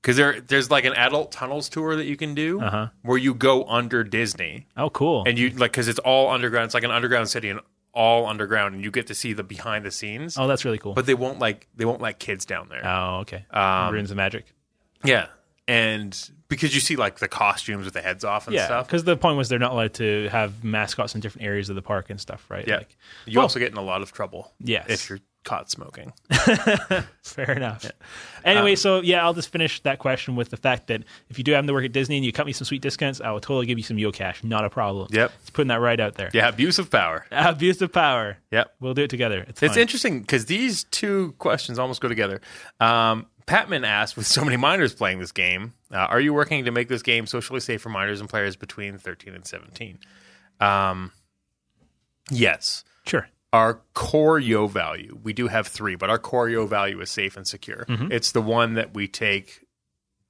A: Because there, there's like an adult tunnels tour that you can do
B: Uh-huh.
A: where you go under Disney
B: Oh, cool.
A: and you like, because it's all underground. It's like an underground city and all underground, and you get to see the behind the scenes.
B: oh, that's really cool.
A: But they won't like, they won't let kids down there.
B: oh, okay.
A: Um,
B: Ruins the magic.
A: Yeah. And because you see like the costumes with the heads off and
B: Yeah,
A: stuff.
B: because the point was they're not allowed to have mascots in different areas of the park and stuff, right?
A: Yeah.
B: Like,
A: you also get in a lot of trouble.
B: Yes.
A: If you're caught smoking.
B: Fair enough.
A: Um,
B: Anyway, so yeah, I'll just finish that question with the fact that if you do happen to work at Disney and you cut me some sweet discounts, I will totally give you some Yo cash. Not a problem.
A: Yep.
B: Just putting that right out there.
A: Yeah. Abuse of power.
B: Abuse of power.
A: Yep.
B: We'll do it together. It's,
A: It's
B: fine.
A: interesting because these two questions almost go together. Um, Patman asked, with so many minors playing this game, Uh, are you working to make this game socially safe for minors and players between 13 and 17? Um, yes.
B: Sure.
A: Our core yo value, we do have three, but our core yo value is safe and secure. It's the one that we take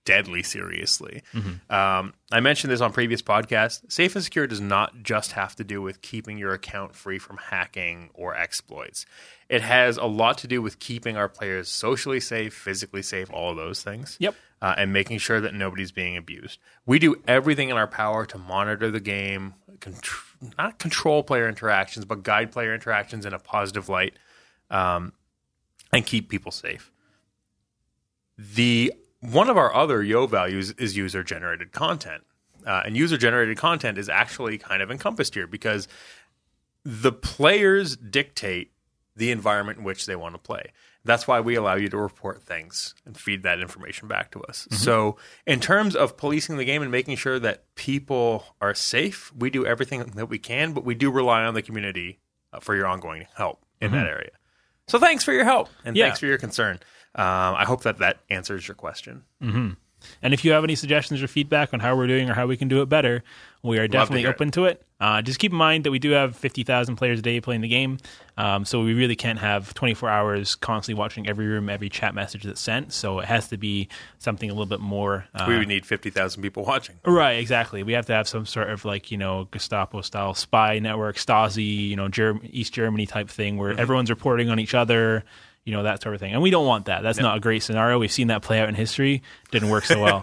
A: deadly seriously. Um, I mentioned this on previous podcasts. Safe and secure does not just have to do with keeping your account free from hacking or exploits. It has a lot to do with keeping our players socially safe, physically safe, all of those things.
B: Yep.
A: Uh, and making sure that nobody's being abused. We do everything in our power to monitor the game, contr- not control player interactions, but guide player interactions in a positive light um, and keep people safe the one of our other yo values is user generated content uh, and user generated content is actually kind of encompassed here because the players dictate the environment in which they want to play that's why we allow you to report things and feed that information back to us so in terms of policing the game and making sure that people are safe we do everything that we can but we do rely on the community uh, for your ongoing help in that area so thanks for your help and
B: Yeah.
A: thanks for your concern. Um, I hope that that answers your question.
B: And if you have any suggestions or feedback on how we're doing or how we can do it better, we are definitely
A: hear it.
B: open to it. Uh, just keep in mind that we do have 50,000 players a day playing the game. Um, so we really can't have 24 hours constantly watching every room, every chat message that's sent. So it has to be something a little bit more. Uh,
A: we would need 50,000 people watching.
B: Right, exactly. We have to have some sort of like you know Gestapo style spy network, Stasi, you know Germ- East Germany type thing where everyone's reporting on each other, you know that sort of thing. And we don't want that. That's not a great scenario. We've seen that play out in history. Didn't work so well.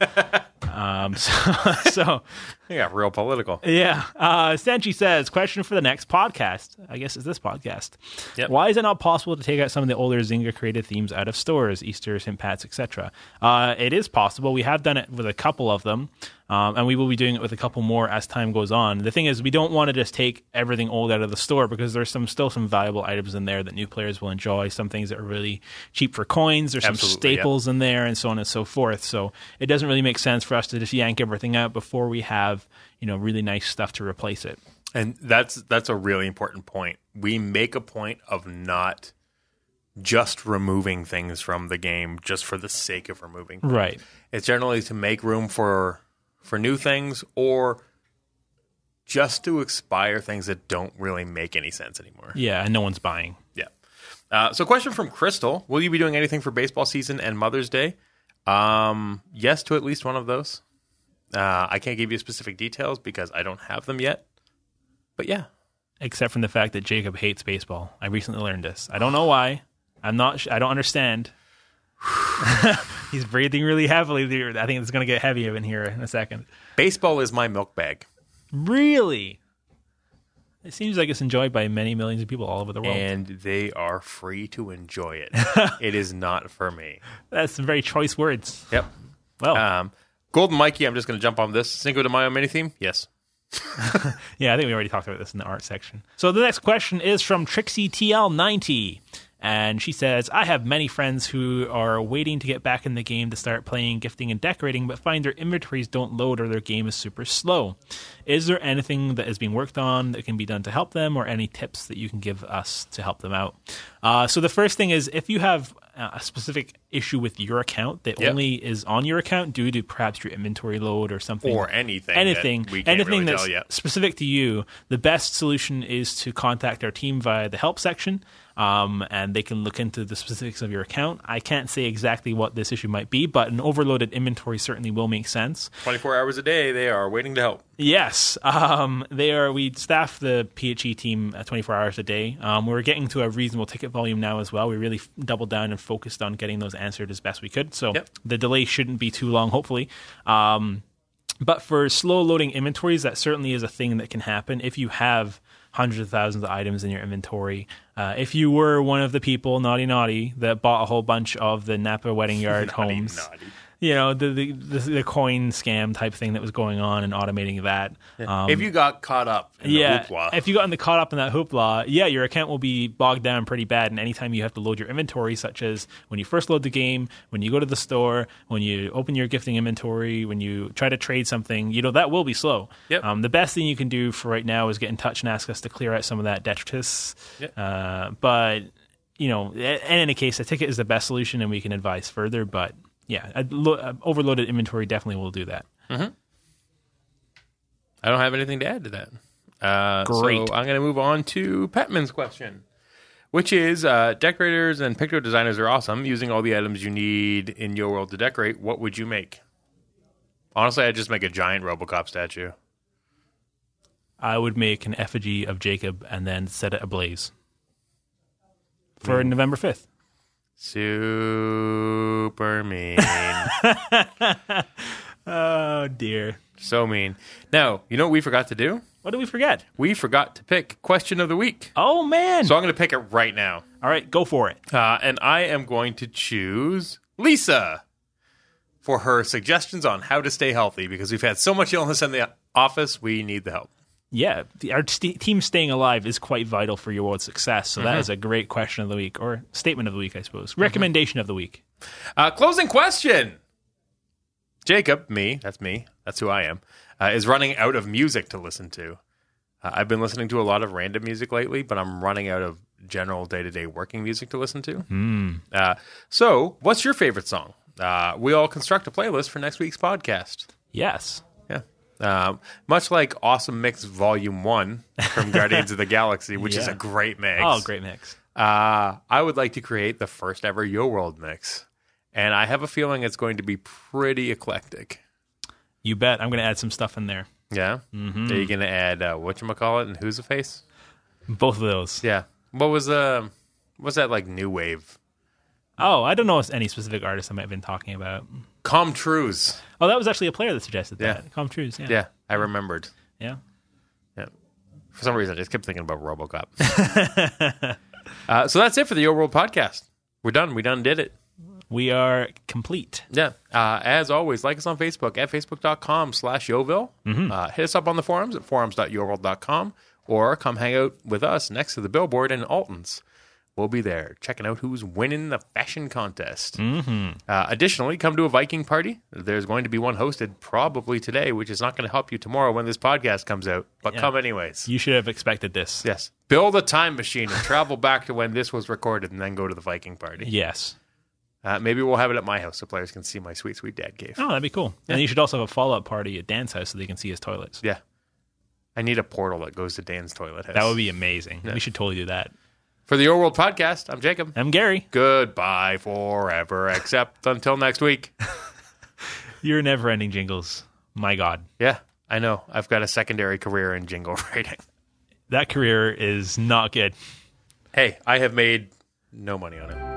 B: um, so, so
A: Yeah, real political.
B: yeah. Uh, Sanchi says, question for the next podcast. I guess it's this podcast.
A: Yep.
B: Why is it not possible to take out some of the older Zynga created themes out of stores, Easter, St. Pat's, etc.? Uh, it is possible. We have done it with a couple of them, um, and we will be doing it with a couple more as time goes on. The thing is, we don't want to just take everything old out of the store because there's some still some valuable items in there that new players will enjoy. Some things that are really cheap for coins. There's some
A: Absolutely, yeah.
B: staples in there and so on and so forth. So it doesn't really make sense for us to just yank everything out before we have, you know, really nice stuff to replace it.
A: And that's that's a really important point. We make a point of not just removing things from the game just for the sake of removing.
B: Right.
A: It's generally to make room for for new things or just to expire things that don't really make any sense anymore.
B: Yeah, and no one's buying.
A: Yeah. Uh, so, question from Crystal: Will you be doing anything for baseball season and Mother's Day? Um, yes, to at least one of those. Uh, I can't give you specific details because I don't have them yet. But yeah,
B: Except from the fact that Jacob hates baseball. I recently learned this. I don't know why. I'm not sh- I don't understand. He's breathing really heavily. there. I think it's going to get heavy in here in a second.
A: baseball is my milk bag,
B: Really? It seems like it's enjoyed by many millions of people all over the world.
A: and they are free to enjoy it. it is not for me.
B: That's some very choice words.
A: Yep.
B: Well,
A: Um, Golden Mikey, I'm just going to jump on this Cinco de Mayo mini theme. Yes.
B: Yeah, I think we already talked about this in the art section. So the next question is from Trixie TL90. And she says, I have many friends who are waiting to get back in the game to start playing, gifting, and decorating, but find their inventories don't load or their game is super slow. Is there anything that is being worked on that can be done to help them, or any tips that you can give us to help them out? Uh, so the first thing is if you have uh, a specific issue with your account that
A: Yep.
B: only is on your account due to perhaps your inventory load or something
A: Or anything. that
B: anything,
A: we can't
B: anything
A: really
B: that's
A: tell yet.
B: specific to you, the best solution is to contact our team via the help section, um, and they can look into the specifics of your account. I can't say exactly what this issue might be, but an overloaded inventory certainly will make sense.
A: 24 hours a day, they are waiting to help.
B: Yes, um, they are. We staff the PHE team uh, 24 hours a day. Um, we're getting to a reasonable ticket volume now as well. We really f- doubled down and focused on getting those answered as best we could. So
A: Yep.
B: the delay shouldn't be too long, hopefully. Um, but for slow loading inventories, that certainly is a thing that can happen if you have hundreds of thousands of items in your inventory. Uh, if you were one of the people, naughty naughty, that bought a whole bunch of the Napa Wedding Yard homes
A: Naughty.
B: you know the the, the the coin scam type thing that was going on and automating that. Um,
A: if you got caught up in
B: yeah,
A: the hoopla,
B: if you got in the caught up in that hoopla, yeah, your account will be bogged down pretty bad. And anytime you have to load your inventory, such as when you first load the game, when you go to the store, when you open your gifting inventory, when you try to trade something, you know that will be slow.
A: Yep.
B: Um, the best thing you can do for right now is get in touch and ask us to clear out some of that detritus.
A: Yep.
B: Uh, but you know, in any case, a ticket is the best solution, and we can advise further. But yeah, a lo- uh, overloaded inventory definitely will do that.
A: I don't have anything to add to that. Uh,
B: Great.
A: So I'm going to move on to Petman's question, which is uh, decorators and picto designers are awesome. Using all the items you need in your world to decorate, what would you make? Honestly, I'd just make a giant Robocop statue.
B: I would make an effigy of Jacob and then set it ablaze for November 5th.
A: Super mean.
B: Oh, dear.
A: so mean. Now, you know what we forgot to do?
B: What did we forget?
A: We forgot to pick question of the week.
B: Oh, man.
A: So I'm going to pick it right now.
B: All right, go for it.
A: Uh, and I am going to choose Lisa for her suggestions on how to stay healthy because we've had so much illness in the office. We need the help.
B: Yeah, the, our st- team staying alive is quite vital for your world success. So that is a great question of the week or statement of the week, I suppose. Recommendation of the week.
A: Uh, closing question Jacob, me, that's me, that's who I am, uh, is running out of music to listen to. Uh, I've been listening to a lot of random music lately, but I'm running out of general day to day working music to listen to. Uh, so, what's your favorite song? Uh, we all construct a playlist for next week's podcast.
B: Yes.
A: Yeah. Um, much like Awesome Mix Volume 1 from Guardians of the Galaxy, which is
B: Yeah.
A: a great mix.
B: Oh, great mix.
A: Uh, I would like to create the first ever Yo World mix. And I have a feeling it's going to be pretty eclectic.
B: You bet. I'm going to add some stuff in there.
A: Yeah?
B: Mm-hmm.
A: Are you going to add uh, whatchamacallit and Who's a Face?
B: Both of those.
A: Yeah. What was uh, what's that like new wave?
B: Oh, I don't know any specific artist I might have been talking about.
A: Calm Trues.
B: Oh, that was actually a player that suggested
A: Yeah.
B: that. Calm Trues. Yeah.
A: Yeah, I remembered.
B: Yeah.
A: Yeah. For some reason, I just kept thinking about Robocop. uh, so that's it for the Yo World podcast. We're done. We done did it.
B: We are complete.
A: Yeah. Uh, as always, like us on Facebook at facebook.com slash Yoville. Uh, hit us up on the forums at forums.yoworld.com or come hang out with us next to the billboard in Alton's. We'll be there checking out who's winning the fashion contest. Mm-hmm. Uh, additionally, come to a Viking party. There's going to be one hosted probably today, which is not going to help you tomorrow when this podcast comes out, but come anyways.
B: You should have expected this.
A: Yes. Build a time machine and travel back to when this was recorded and then go to the Viking party.
B: Yes.
A: Uh, maybe we'll have it at my house so players can see my sweet, sweet dad cave.
B: Oh, that'd be cool. And you should also have a follow up party at Dan's house so they can see his toilets.
A: Yeah. I need a portal that goes to Dan's toilet house.
B: That would be amazing. We should totally do that.
A: For the Your World podcast, I'm Jacob.
B: I'm Gary.
A: Goodbye forever, except until next week.
B: Your never ending jingles. My God.
A: Yeah, I know. I've got a secondary career in jingle writing.
B: That career is not good.
A: Hey, I have made no money on it.